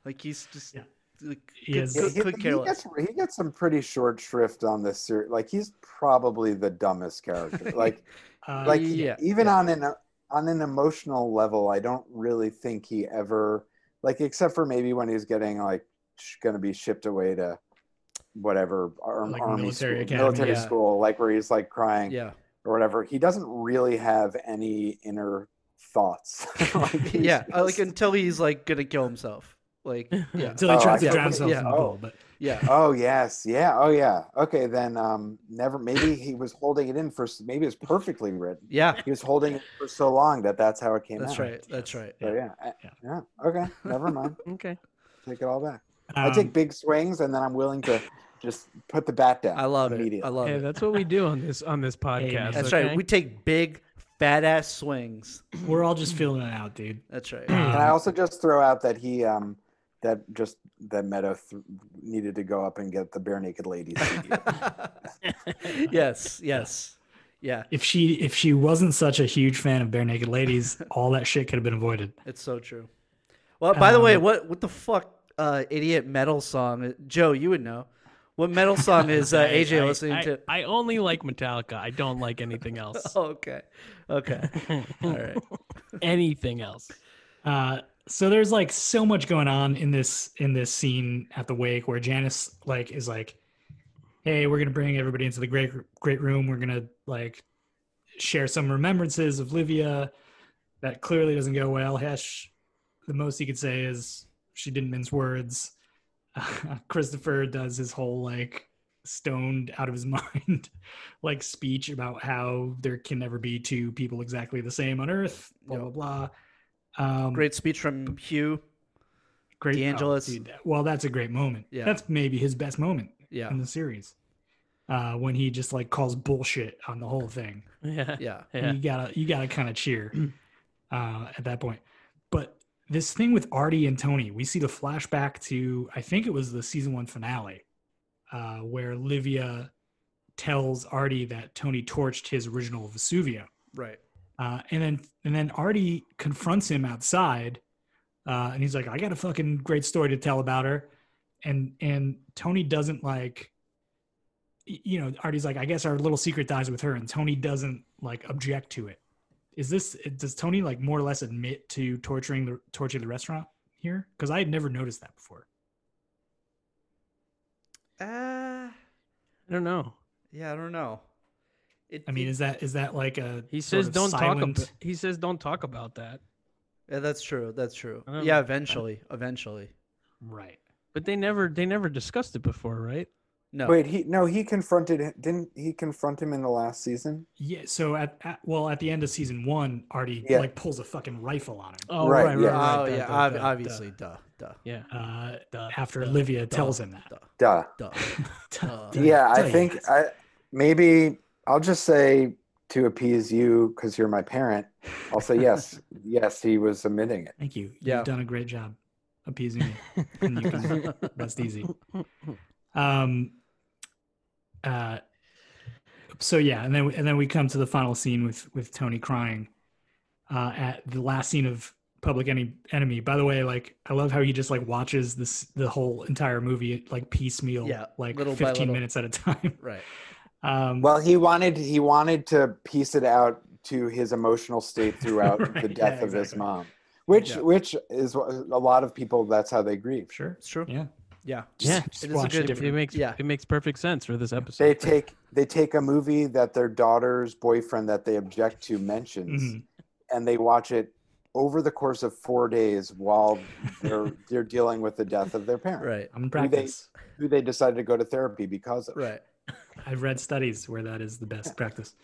C: Like he's just
D: Yeah.
C: like,
D: He
C: could,
D: is-
C: could-
E: he,
C: could
E: he
C: care less.
E: gets, he gets some pretty short shrift on this series. Like he's probably the dumbest character. Like
D: Uh,
E: like
C: yeah,
E: even
C: yeah.
E: on an on an emotional level i don't really think he ever like except for maybe when he's getting like sh- gonna be shipped away to whatever ar-
D: Like
E: army
D: military
E: school,
D: academy,
E: military
C: yeah.
E: school like where he's like crying
C: Yeah.
E: or whatever he doesn't really have any inner thoughts like, he's
C: Yeah. uh, Like
E: just-
C: until he's like gonna kill himself. Like, yeah,
D: Until he
E: Oh,
D: tries
E: I
D: to
C: got
D: drown
C: it.
D: himself
C: Yeah.
D: in the pool. But
C: yeah.
E: Oh yes, yeah. Oh yeah. Okay, then um never maybe he was holding it in for s- maybe it's perfectly written.
C: Yeah,
E: He was holding it for so long that that's how it came
C: that's
E: out.
C: right. That's right.
E: So, yeah. I- yeah. Okay. Never mind.
B: Okay.
E: Take it all back. I
D: um,
E: take big swings and then I'm willing to just put the bat down.
C: I love it. I
E: immediately.
C: love
B: Hey,
C: it.
B: that's what we do on this on this podcast.
C: That's
B: okay?
C: right. We take big, fat ass swings.
D: um, we're all just feeling it out, dude.
C: That's right.
E: And I also just throw out that he um that just that Meadow th- needed to go up and get the bare naked ladies. CD.
C: yes, yes, yeah.
D: If she if she wasn't such a huge fan of bare naked ladies, all that shit could have been avoided.
C: It's so true. Well, by the way,
D: Um,
C: what what the fuck, uh, idiot metal song? Joe, you would know. What metal song is uh,
B: I-
C: AJ
B: I-
C: listening
B: I-
C: to?
B: I only like Metallica. I don't like anything else.
C: Oh, okay, okay, all right.
B: anything else.
D: Uh, so there's like so much going on in this in this scene at the wake where Janice like is like, "Hey, we're gonna bring everybody into the great great room. We're gonna like share some remembrances of Livia." That clearly doesn't go well. Hesh, the most he could say is she didn't mince words. Christopher does his whole like stoned out of his mind like speech about how there can never be two people exactly the same on earth blah
C: Yep.
D: blah blah um
C: Great speech from Hugh.
D: great Oh,
C: DeAngelis.
D: dude, that- well, that's a great moment.
C: Yeah.
D: That's maybe his best moment
C: Yeah,
D: in the series. Uh, when he just like calls bullshit on the whole thing.
B: Yeah.
C: yeah,
B: Yeah.
D: You gotta you gotta kind of cheer uh, at that point. But this thing with Artie and Tony, we see the flashback to I think it was the season one finale, uh, where Livia tells Artie that Tony torched his original Vesuvio.
C: right.
D: Uh, and then and then Artie confronts him outside, uh, and he's like, "I got a fucking great story to tell about her," and and Tony doesn't like, y- you know, Artie's like, "I guess our little secret dies with her," and Tony doesn't like object to it. Is this does Tony like more or less admit to torturing the torturing the restaurant here? Because I had never noticed that before.
C: Uh,
B: I don't know.
C: yeah, I don't know. It,
D: I mean,
C: it-
D: is that is that like a
B: He
D: sort
B: says
D: of
B: don't talk
D: silent-
B: about he says don't talk about that.
C: yeah, that's true. That's true.
B: I don't
C: Yeah,
B: know.
C: eventually, eventually.
D: right?
B: But they never they never discussed it before, right?
C: No,
E: Wait, he no, he confronted him. Didn't he confront him in the last season?
D: Yeah. So at, at well at the end of season one, Artie
E: Yeah.
D: like pulls a fucking rifle on him.
B: Oh
E: Right,
B: right, right,
E: yeah.
C: Oh
B: right, duh,
C: yeah,
B: duh,
C: ob-
B: duh,
C: obviously,
B: duh.
C: duh, duh,
B: Yeah.
D: uh,
B: Duh,
D: after
B: duh,
D: Olivia
C: duh,
D: tells him that.
E: Duh.
C: duh,
D: Duh,
C: duh.
E: yeah,
D: duh,
E: I think
D: yes.
E: I maybe I'll just say to appease you because you're my parent. I'll say yes, yes. He was admitting it.
D: Thank you.
C: Yeah.
D: You've done a great job appeasing me. and you can, that's easy. Um. Uh. So yeah, and then and then we come to the final scene with with Tony crying, uh, at the last scene of Public Enemy. Enemy. By the way, like I love how he just like watches this the whole entire movie like piecemeal,
C: Yeah,
D: like
C: little by
D: fifteen
C: little.
D: minutes at a time.
C: Right.
D: Um,
E: Well, he wanted he wanted to piece it out to his emotional state throughout
D: Right,
E: the death
D: yeah,
E: of his
D: exactly.
E: mom, which
C: Yeah.
E: which is what- a lot of people. That's how they grieve.
D: sure.
C: It's true.
D: Yeah.
C: Yeah.
B: Yeah.
D: Just
C: It is a
D: watch
C: good-
D: different-
B: It makes
C: Yeah.
B: it makes perfect sense for this episode.
E: They take they take a movie that their daughter's boyfriend that they object to mentions,
D: Mhm.
E: and they watch it over the course of four days while they're they're dealing with the death of their parent,
C: Right.
D: I'm in practice.
E: who they decided to go to therapy because of.
C: Right.
D: I've read studies where that is the best practice.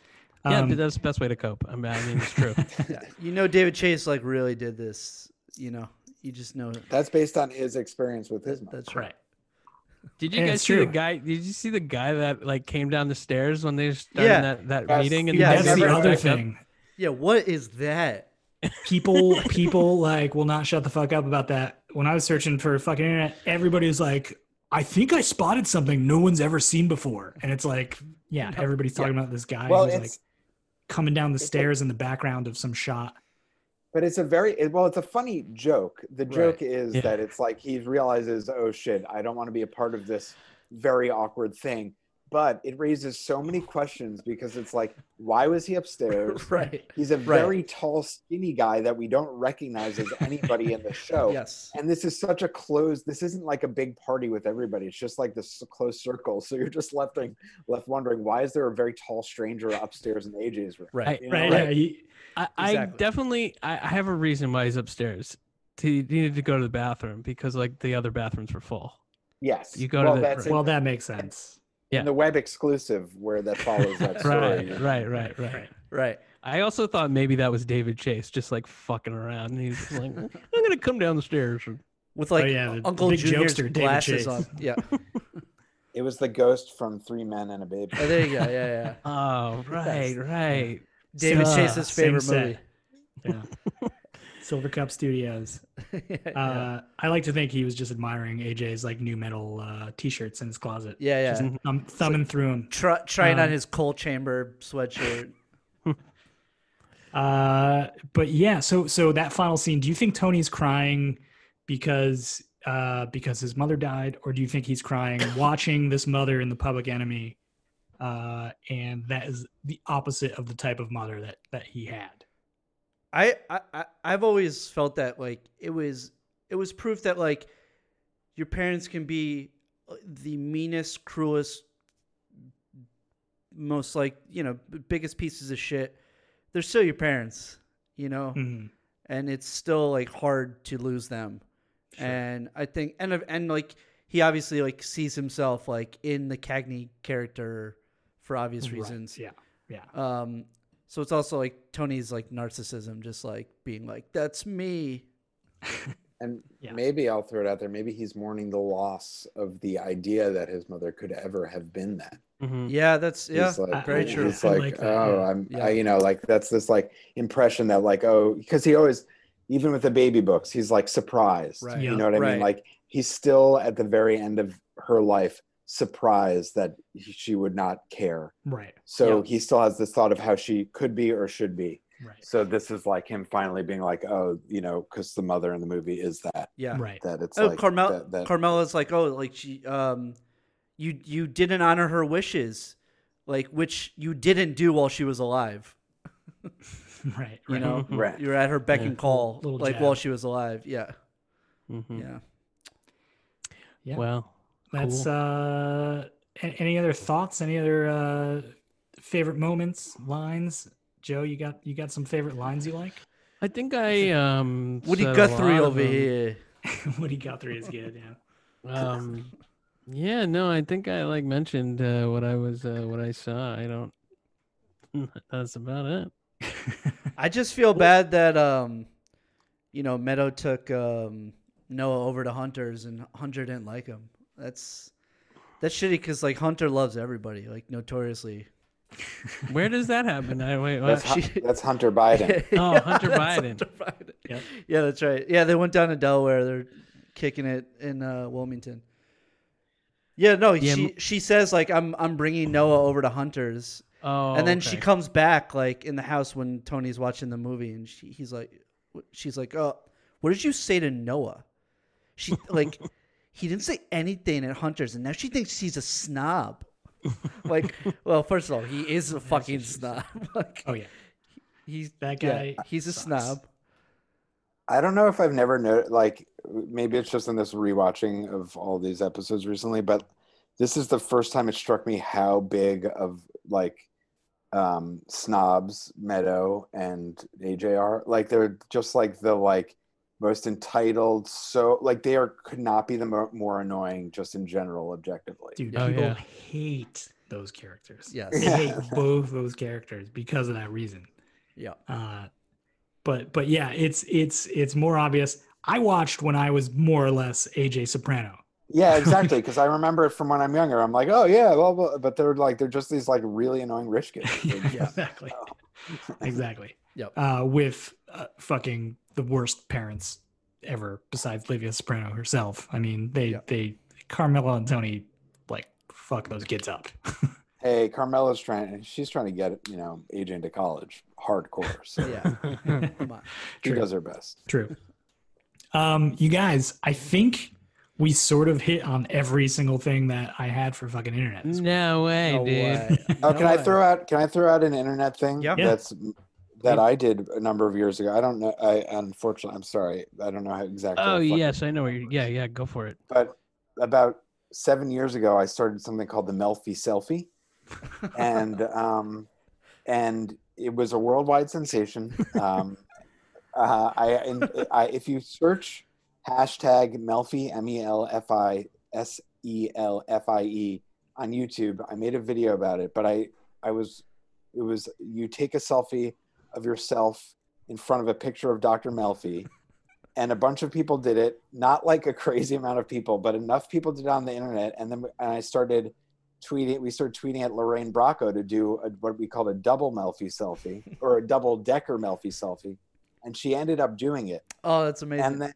B: yeah,
D: Um,
B: but that's the best way to cope. I mean, I mean it's true.
C: Yeah. You know, David Chase like really did this. You know, you just know.
E: That's based on his experience with his mom.
C: That's right.
D: right.
B: Did you
D: And
B: guys
D: it's
B: see the
D: true.
B: guy? Did you see the guy that like came down the stairs when they started
C: Yeah.
B: that that
E: Yes.
B: meeting?
E: Yeah,
D: That's
E: never
D: the
B: backed
D: other
B: up?
D: thing.
C: Yeah. What is that?
D: People, people like will not shut the fuck up about that. When I was searching for fucking internet, everybody was like, "I think I spotted something no one's ever seen before," and it's like, yeah, everybody's talking about this guy
E: Well,
D: who's like
E: it's-
D: coming down the
E: it's a-
D: stairs in the background of some shot.
E: But it's a very it- well. It's a funny joke. The joke is
B: Yeah.
E: that it's like he realizes, oh shit, I don't want to be a part of this very awkward thing. But it raises so many questions because it's like, why was he upstairs?
C: Right.
E: He's a very tall, skinny guy that we don't recognize as anybody in the show.
C: Yes.
E: And this is such a closed. This isn't like a big party with everybody. It's just like this close circle. So you're just left thing, left wondering why is there a very tall stranger upstairs in AJ's room?
C: Right.
E: You know,
D: Right?
E: like-
D: Yeah, he-
B: I, I
C: Exactly.
B: definitely I, I have a reason why he's upstairs. he needed to go to the bathroom because like the other bathrooms were full.
E: Yes.
B: You go to
E: well,
B: the-
E: that's in
D: Well, that makes sense.
B: yeah.
E: the web exclusive where that follows that story.
B: Right, right, right, right.
C: Right.
B: I also thought maybe that was David Chase just like fucking around. And he's like, I'm gonna come down the stairs.
C: With like
D: Oh, yeah, the
C: Uncle
D: big
C: Junior's
D: jokester, David
C: glasses
D: Chase.
C: on. Yeah.
E: It was the ghost from Three Men and a Baby.
C: Oh, there you go. Yeah, yeah.
B: Oh, right, right.
C: David
D: Uh,
C: Chase's
D: same
C: favorite movie.
D: set. Yeah. Silver Cup Studios.
C: yeah, yeah.
D: Uh, I like to think he was just admiring AJ's like new metal uh, t-shirts in his closet.
C: yeah, yeah.
E: Mm-hmm.
D: Just thumb, thumbing through them.
C: Try, trying on
D: um,
C: his coal chamber sweatshirt.
D: Uh, but yeah, so so that final scene. Do you think Tony's crying because uh, because his mother died, or do you think he's crying watching this mother in the Public Enemy? Uh, and that is the opposite of the type of mother that that he had.
C: I, I I- I've always felt that like it was it was proof that like your parents can be uh, the meanest, cruelest, most like you know biggest pieces of shit. They're still your parents, you know,
D: Mhm.
C: and it's still like hard to lose them. And I think and and like he obviously like sees himself like in the Cagney character for obvious reasons.
D: Yeah, yeah.
C: Um, so it's also like Tony's like narcissism, just like being like, "That's me."
E: And
D: Yeah.
E: maybe I'll throw it out there. Maybe he's mourning the loss of the idea that his mother could ever have been that.
B: Mhm.
C: Yeah, that's yeah,
E: He's like,
C: very true.
E: He's
D: I
E: like,
D: like that,
E: oh,
D: yeah.
E: I'm,
C: Yeah.
E: I, you know, like that's this like impression that like, oh, because he always, even with the baby books, he's like surprised.
C: Right.
D: Yeah.
E: You know what I
C: Right.
E: mean? Like he's still at the very end of her life surprised that he, she would not care.
D: Right,
E: So
C: Yeah.
E: he still has this thought of how she could be or should be.
D: right,
E: So this is like him finally being like, oh, you know, because the mother in the movie is that
C: yeah.
D: right.
E: that it's
C: Oh,
E: like
C: Carmel,
E: that, that
C: Carmela's like, "Oh, like she, um, you you didn't honor her wishes, like which you didn't do while she was alive.
D: right, right.
C: You know,
B: Mm-hmm.
E: Right.
C: you were at her beck
B: Yeah.
C: and call,
D: Little
C: like
D: jab.
C: while she was alive. Yeah,
B: Mhm.
C: yeah.
D: Yeah.
B: Well,
D: That's uh, a- any other thoughts? Any other uh, favorite moments, lines? Joe, you got you got some favorite lines you like?
B: I think I um
C: Woody
B: said a
C: Guthrie
B: lot of
C: over
B: them.
C: here.
D: Woody Guthrie is good. Yeah.
B: Um, yeah, no, I think I like mentioned uh, what I was uh, what I saw. I don't. That's about it.
C: I just feel bad that um, you know, Meadow took um Noah over to Hunter's and Hunter didn't like him. That's that's shitty because like Hunter loves everybody, like notoriously.
B: Where does that happen? I wait.
E: that's,
B: What?
E: Hun-
C: uh, she-
E: that's Hunter Biden.
B: Oh, Hunter Biden.
D: Yeah.
C: Yeah, that's right. Yeah, they went down to Delaware. They're kicking it in uh, Wilmington. Yeah, no,
B: Yeah,
C: she she says like I'm I'm bringing Noah over to Hunter's,
B: Oh,
C: and then she
B: okay.
C: comes back like in the house when Tony's watching the movie, and she, he's like, she's like, oh, what did you say to Noah? She like, he didn't say anything at Hunter's, and now she thinks he's a snob. like, well, first of all, he is a fucking snob. like,
D: Oh yeah.
C: he's
D: That
C: yeah,
D: guy
C: he's a
D: sucks.
C: snob.
E: I don't know if I've never noticed, like, maybe it's just in this rewatching of all these episodes recently, but this is the first time it struck me how big of like um, snobs Meadow and AJ are. Like, they're just like the like most entitled. So, like, they are could not be the mo- more annoying just in general, objectively.
D: Dude,
B: Oh,
D: people
B: yeah.
D: hate those characters.
C: Yes.
D: They hate both those characters because of that reason.
C: Yeah.
D: Uh, but but yeah, it's it's it's more obvious. I watched when I was more or less AJ Soprano.
E: Yeah, exactly. Because I remember it from when I'm younger. I'm like, oh yeah, blah, blah. but they're like they're just these like really annoying rich kids. They're
D: yeah,
E: just-
D: exactly. exactly.
C: Oh. Yep.
D: Uh, with uh, fucking the worst parents ever, besides Livia Soprano herself. I mean, they
C: Yep.
D: they Carmela and Tony like fuck those kids up.
E: Hey, Carmela's trying. She's trying to get you know AJ into college hardcore. So
C: Yeah, come on.
E: she
D: True.
E: does her best.
D: True. Um, you guys, I think we sort of hit on every single thing that I had for fucking internet.
E: Mm.
D: this week.
B: No way,
C: No
B: dude.
C: way.
E: Oh,
C: No
E: can I
C: way.
E: throw out? Can I throw out an internet thing?
C: Yeah.
D: Yeah.
E: That's that I did a number of years ago. I don't know. I unfortunately, I'm sorry. I don't know how exactly.
B: Oh
E: how fucking-
B: yes, I know where you. Yeah, yeah. Go for it.
E: But about seven years ago, I started something called the Melfi Selfie, and um, and it was a worldwide sensation. Um, Uh, I, and I if you search hashtag Melfi M E L F I S E L F I E on YouTube, I made a video about it. But I I was it was you take a selfie of yourself in front of a picture of Dr. Melfi, and a bunch of people did it. Not like a crazy amount of people, but enough people did it on the internet. And then and I started tweeting. We started tweeting at Lorraine Bracco to do a, what we called a double Melfi selfie or a double decker Melfi selfie, and she ended up doing it.
C: Oh, that's amazing.
E: And then,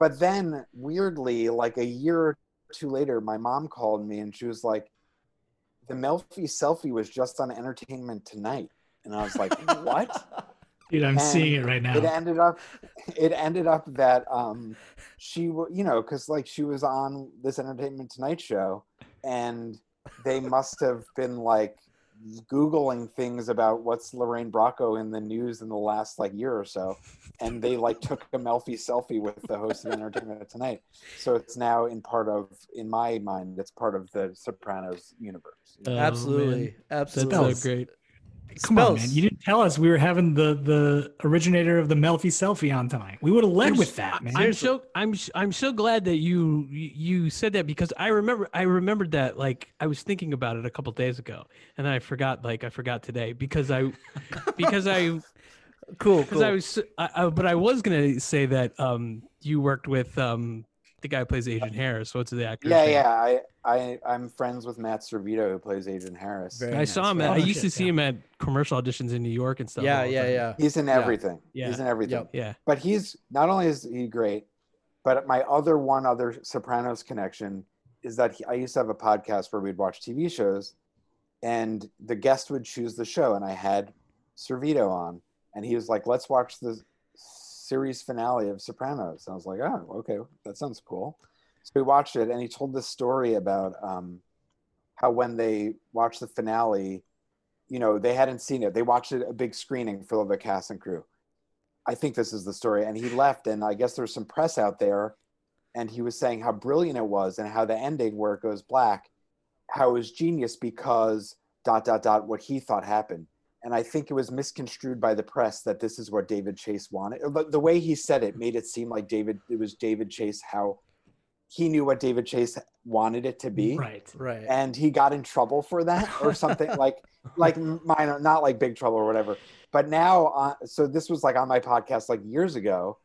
E: but then weirdly, like a year or two later, my mom called me and she was like, "The Melfi selfie was just on Entertainment Tonight," and I was like, "What?"
D: Dude, I'm
E: And
D: seeing it right now.
E: It ended up, it ended up that um, she, wa- you know, because like she was on this Entertainment Tonight show, and they must have been like googling things about what's Lorraine Bracco in the news in the last like year or so, and they like took a Melfi selfie with the host of Entertainment Tonight. So it's now in part of, in my mind, it's part of the Sopranos universe.
B: Oh,
C: Uh,
B: man.
C: absolutely,
B: That's
C: absolutely.
B: so
D: Spells.
B: great.
D: Come on, man!
C: Spells.
D: You didn't tell us we were having the the originator of the Melfi selfie on tonight. We would have led with that, man.
B: I'm so I'm s- I'm so glad that you you said that because I remember I remembered that like I was thinking about it a couple days ago and I forgot like I forgot today because I because I
C: cool,
B: because
C: cool.
B: I was I, I, but I was gonna say that um you worked with um the guy who plays Agent Harris what's the actor
E: Yeah, yeah. I, I, I'm friends with Matt Servito, who plays Agent Harris.
C: Very
B: I saw him
D: man.
B: at, I
D: Oh,
B: used to
D: shit,
B: see
D: yeah.
B: him at commercial auditions in New York and stuff
C: yeah,
B: all the
C: yeah,
B: time.
C: yeah.
E: He's in everything.
B: Yeah.
E: He's in everything.
C: Yep.
B: yeah
E: But he's not only is he great, but my other one other Sopranos connection is that he, I used to have a podcast where we'd watch TV shows, and the guest would choose the show, and I had Servito on, and he was like, "Let's watch the series finale of Sopranos." And I was like, "Oh, okay, that sounds cool." So we watched it, and he told this story about um, how when they watched the finale, you know, they hadn't seen it. They watched it a big screening for the cast and crew. I think this is the story. And he left, and I guess there's some press out there, and he was saying how brilliant it was and how the ending where it goes black, how it was genius because dot dot dot what he thought happened. And I think it was misconstrued by the press that this is what David Chase wanted. Uh, But the way he said it made it seem like David it was David Chase how he knew what David Chase wanted it to be
D: right.
C: Right.
E: and he got in trouble for that or something like like minor not like big trouble or whatever but now uh, so this was like on my podcast like years ago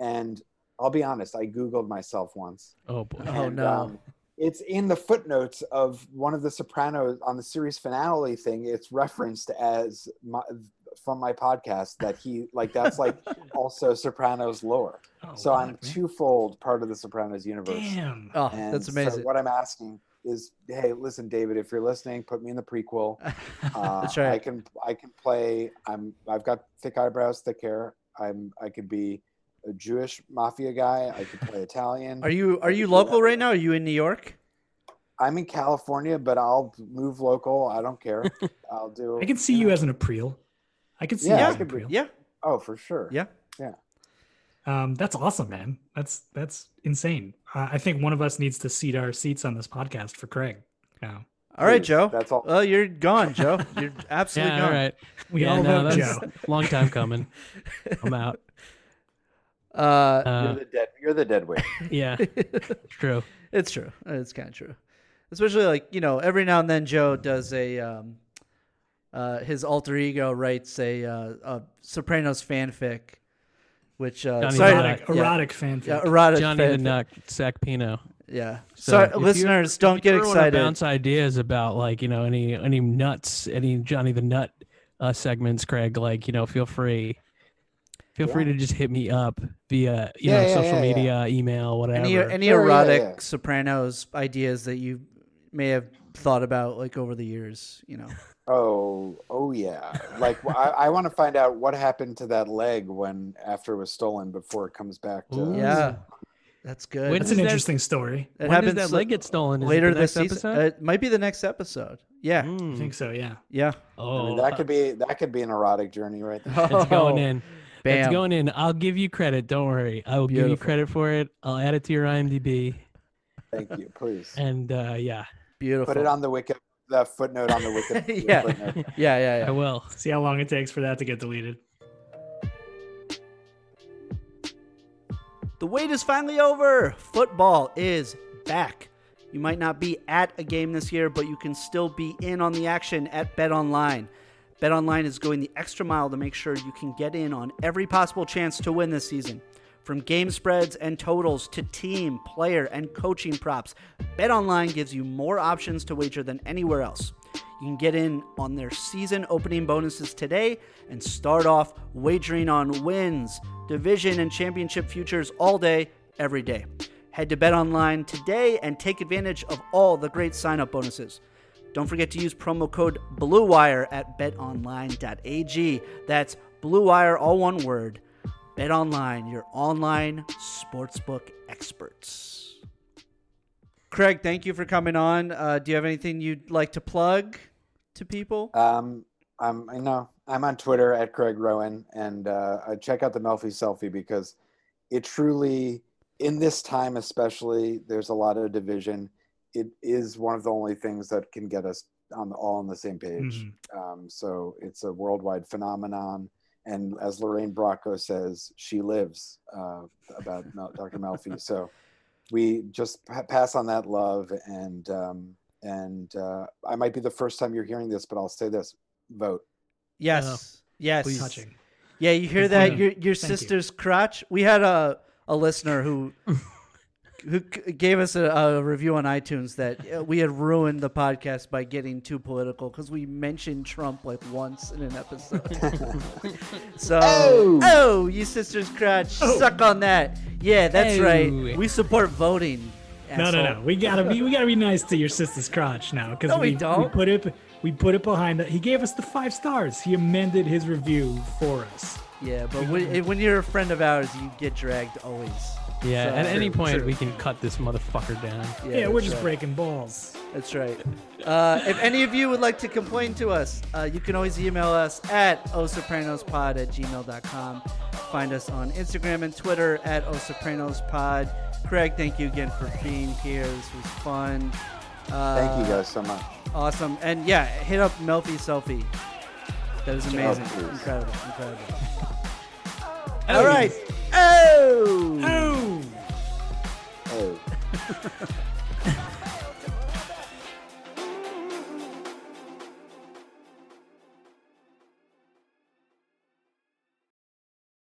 E: and i'll be honest i googled myself once
B: oh boy
C: Oh,
E: and, um,
C: no.
E: it's in the footnotes of one of the sopranos on the series finale thing it's referenced as my, from my podcast that he like that's like also sopranos lore
D: Oh,
E: so i'm
D: fuck, man.
E: twofold part of the sopranos universe
D: damn.
C: oh,
E: and
C: that's
E: so
C: amazing.
E: what I'm asking is, hey, listen, David, if you're listening, put me in the prequel. Uh,
C: That's right.
E: I can I can play. I'm I've got thick eyebrows, thick hair. I'm I could be a Jewish mafia guy. I could play Italian.
C: Are you are you local right now? Are you in New York?
E: I'm in California, but I'll move local. I don't care. I'll do.
D: I can see you as an April. I can see
E: Oh, Yeah,
D: you
E: I
D: as an
E: could be-
D: April.
C: Yeah,
E: Oh, for sure.
C: yeah.
D: Um, that's awesome, man. That's that's insane. I, I think one of us needs to seat our seats on this podcast for Craig. Now
C: All right,
E: Please,
C: Joe. Uh,
E: That's all.
C: Well, you're gone, Joe. You're absolutely
B: yeah all
C: gone.
B: right
D: we
B: yeah,
D: all
B: no, that's
D: love Joe.
B: long time coming I'm out
C: Uh,
E: you're
B: uh,
E: the dead. You're the dead weight.
B: yeah true
C: it's true. It's kind of true. Especially like you know, every now and then Joe does a um, uh, his alter ego writes a, uh, a Sopranos fanfic, which uh,
B: Johnny
C: sorry,
D: Erotic,
C: yeah,
D: erotic fanfic.
C: yeah, erotic
B: Johnny the
C: fanfic.
B: Nut Zach Pino
C: Yeah.
B: So
C: Sorry,
B: if you're-
C: listeners, don't
B: if
C: get
B: you ever wanna
C: excited.
B: Bounce ideas about like you know any any nuts, any Johnny the Nut uh, segments, Craig. Like you know, feel free, feel free to just hit me up via you
E: Yeah,
B: know
E: yeah,
B: social
E: yeah, yeah.
B: media, email, whatever.
C: Any any
E: Sure, Oh, yeah,
C: erotic
E: yeah.
C: Sopranos ideas that you may have thought about like over the years, you know.
E: Oh, oh yeah. Like I, I want to find out what happened to that leg when after it was stolen before it comes back to
B: Ooh.
C: Yeah. That's good.
B: When
D: That's
B: does
D: an
B: that-
D: interesting story.
C: It
B: when
C: happens
B: does that
C: l-
B: leg get stolen? Is it
C: later
B: the
C: this
B: next
C: season.
B: episode?
C: Uh, it might be the next episode. Yeah.
D: I
B: Mm.
D: think so. Yeah.
C: Yeah.
E: I
B: Oh,
E: mean, that could be that could be an erotic journey right there.
B: that's going in. That's
C: Bam.
B: going in. I'll give you credit. Don't worry. I will give you
C: Beautiful.
B: credit for it. I'll add it to your IMDb.
E: Thank you, please.
B: And uh, yeah,
C: Beautiful.
E: Put it on the wiki. The footnote on the wiki.
C: Yeah.
E: footnote.
C: yeah, yeah, yeah.
B: I will.
D: See how long it takes for that to get deleted.
C: The wait is finally over. Football is back. You might not be at a game this year, but you can still be in on the action at Bet Online. Bet Online is going the extra mile to make sure you can get in on every possible chance to win this season. From game spreads and totals to team, player, and coaching props, BetOnline gives you more options to wager than anywhere else. You can get in on their season opening bonuses today and start off wagering on wins, division, and championship futures all day, every day. Head to BetOnline today and take advantage of all the great sign up bonuses. Don't forget to use promo code BLUEWIRE at betonline.ag. That's BLUEWIRE, all one word. BetOnline, your online sportsbook experts. Craig, thank you for coming on. Uh, do you have anything you'd like to plug to people?
D: Uh,
E: Um, I'm, I know I'm on Twitter at Craig Rowan, and uh, I check out the Melfi selfie because it truly, in this time especially, there's a lot of division. It is one of the only things that can get us on the, all on the same
D: Mm-hmm.
E: page. Um, so it's a worldwide phenomenon, and as Lorraine Bracco says, she lives uh, about Mel- Dr. Melfi. So we just pa- pass on that love, and um, and uh, I might be the first time you're hearing this, but I'll say this: vote.
C: Yes.
D: Oh,
C: yes.
D: Please. Touching.
C: Yeah, you hear
D: Good
C: that?
D: point.
C: Your your
D: Thank you.
C: sister's crotch. We had a a listener who who c- gave us a, a review on iTunes that uh, we had ruined the podcast by getting too political because we mentioned Trump like once in an episode. so, oh,
E: Oh.
C: you sister's crotch,
D: Oh!
C: suck on that. Yeah, that's
B: Oh.
C: right. We support voting.
D: No,
C: asshole.
D: no, no. We gotta be. We gotta be nice to your sister's crotch now, because
C: No, we
D: we,
C: don't.
D: put it. We put it behind. The, he gave us the five stars. He amended his review for us.
C: Yeah, but when, when you're a friend of ours, you get dragged always.
B: Yeah,
C: So-
B: at any point
D: true.
B: we can cut this motherfucker down.
D: Yeah, we're
C: that's
D: just
C: right.
D: breaking balls.
C: That's right. Uh, if any of you would like to complain to us, uh, you can always email us at osopranospod at gmail.com. Find us on Instagram and Twitter at osopranospod. Craig, thank you again for being here. This was fun. Uh,
E: Thank you guys so much.
C: Awesome. And yeah, hit up Melfi Selfie. That was amazing.
E: please.
C: incredible. Incredible.
B: Oh.
C: All right. Oh!
D: Oh.
E: Oh.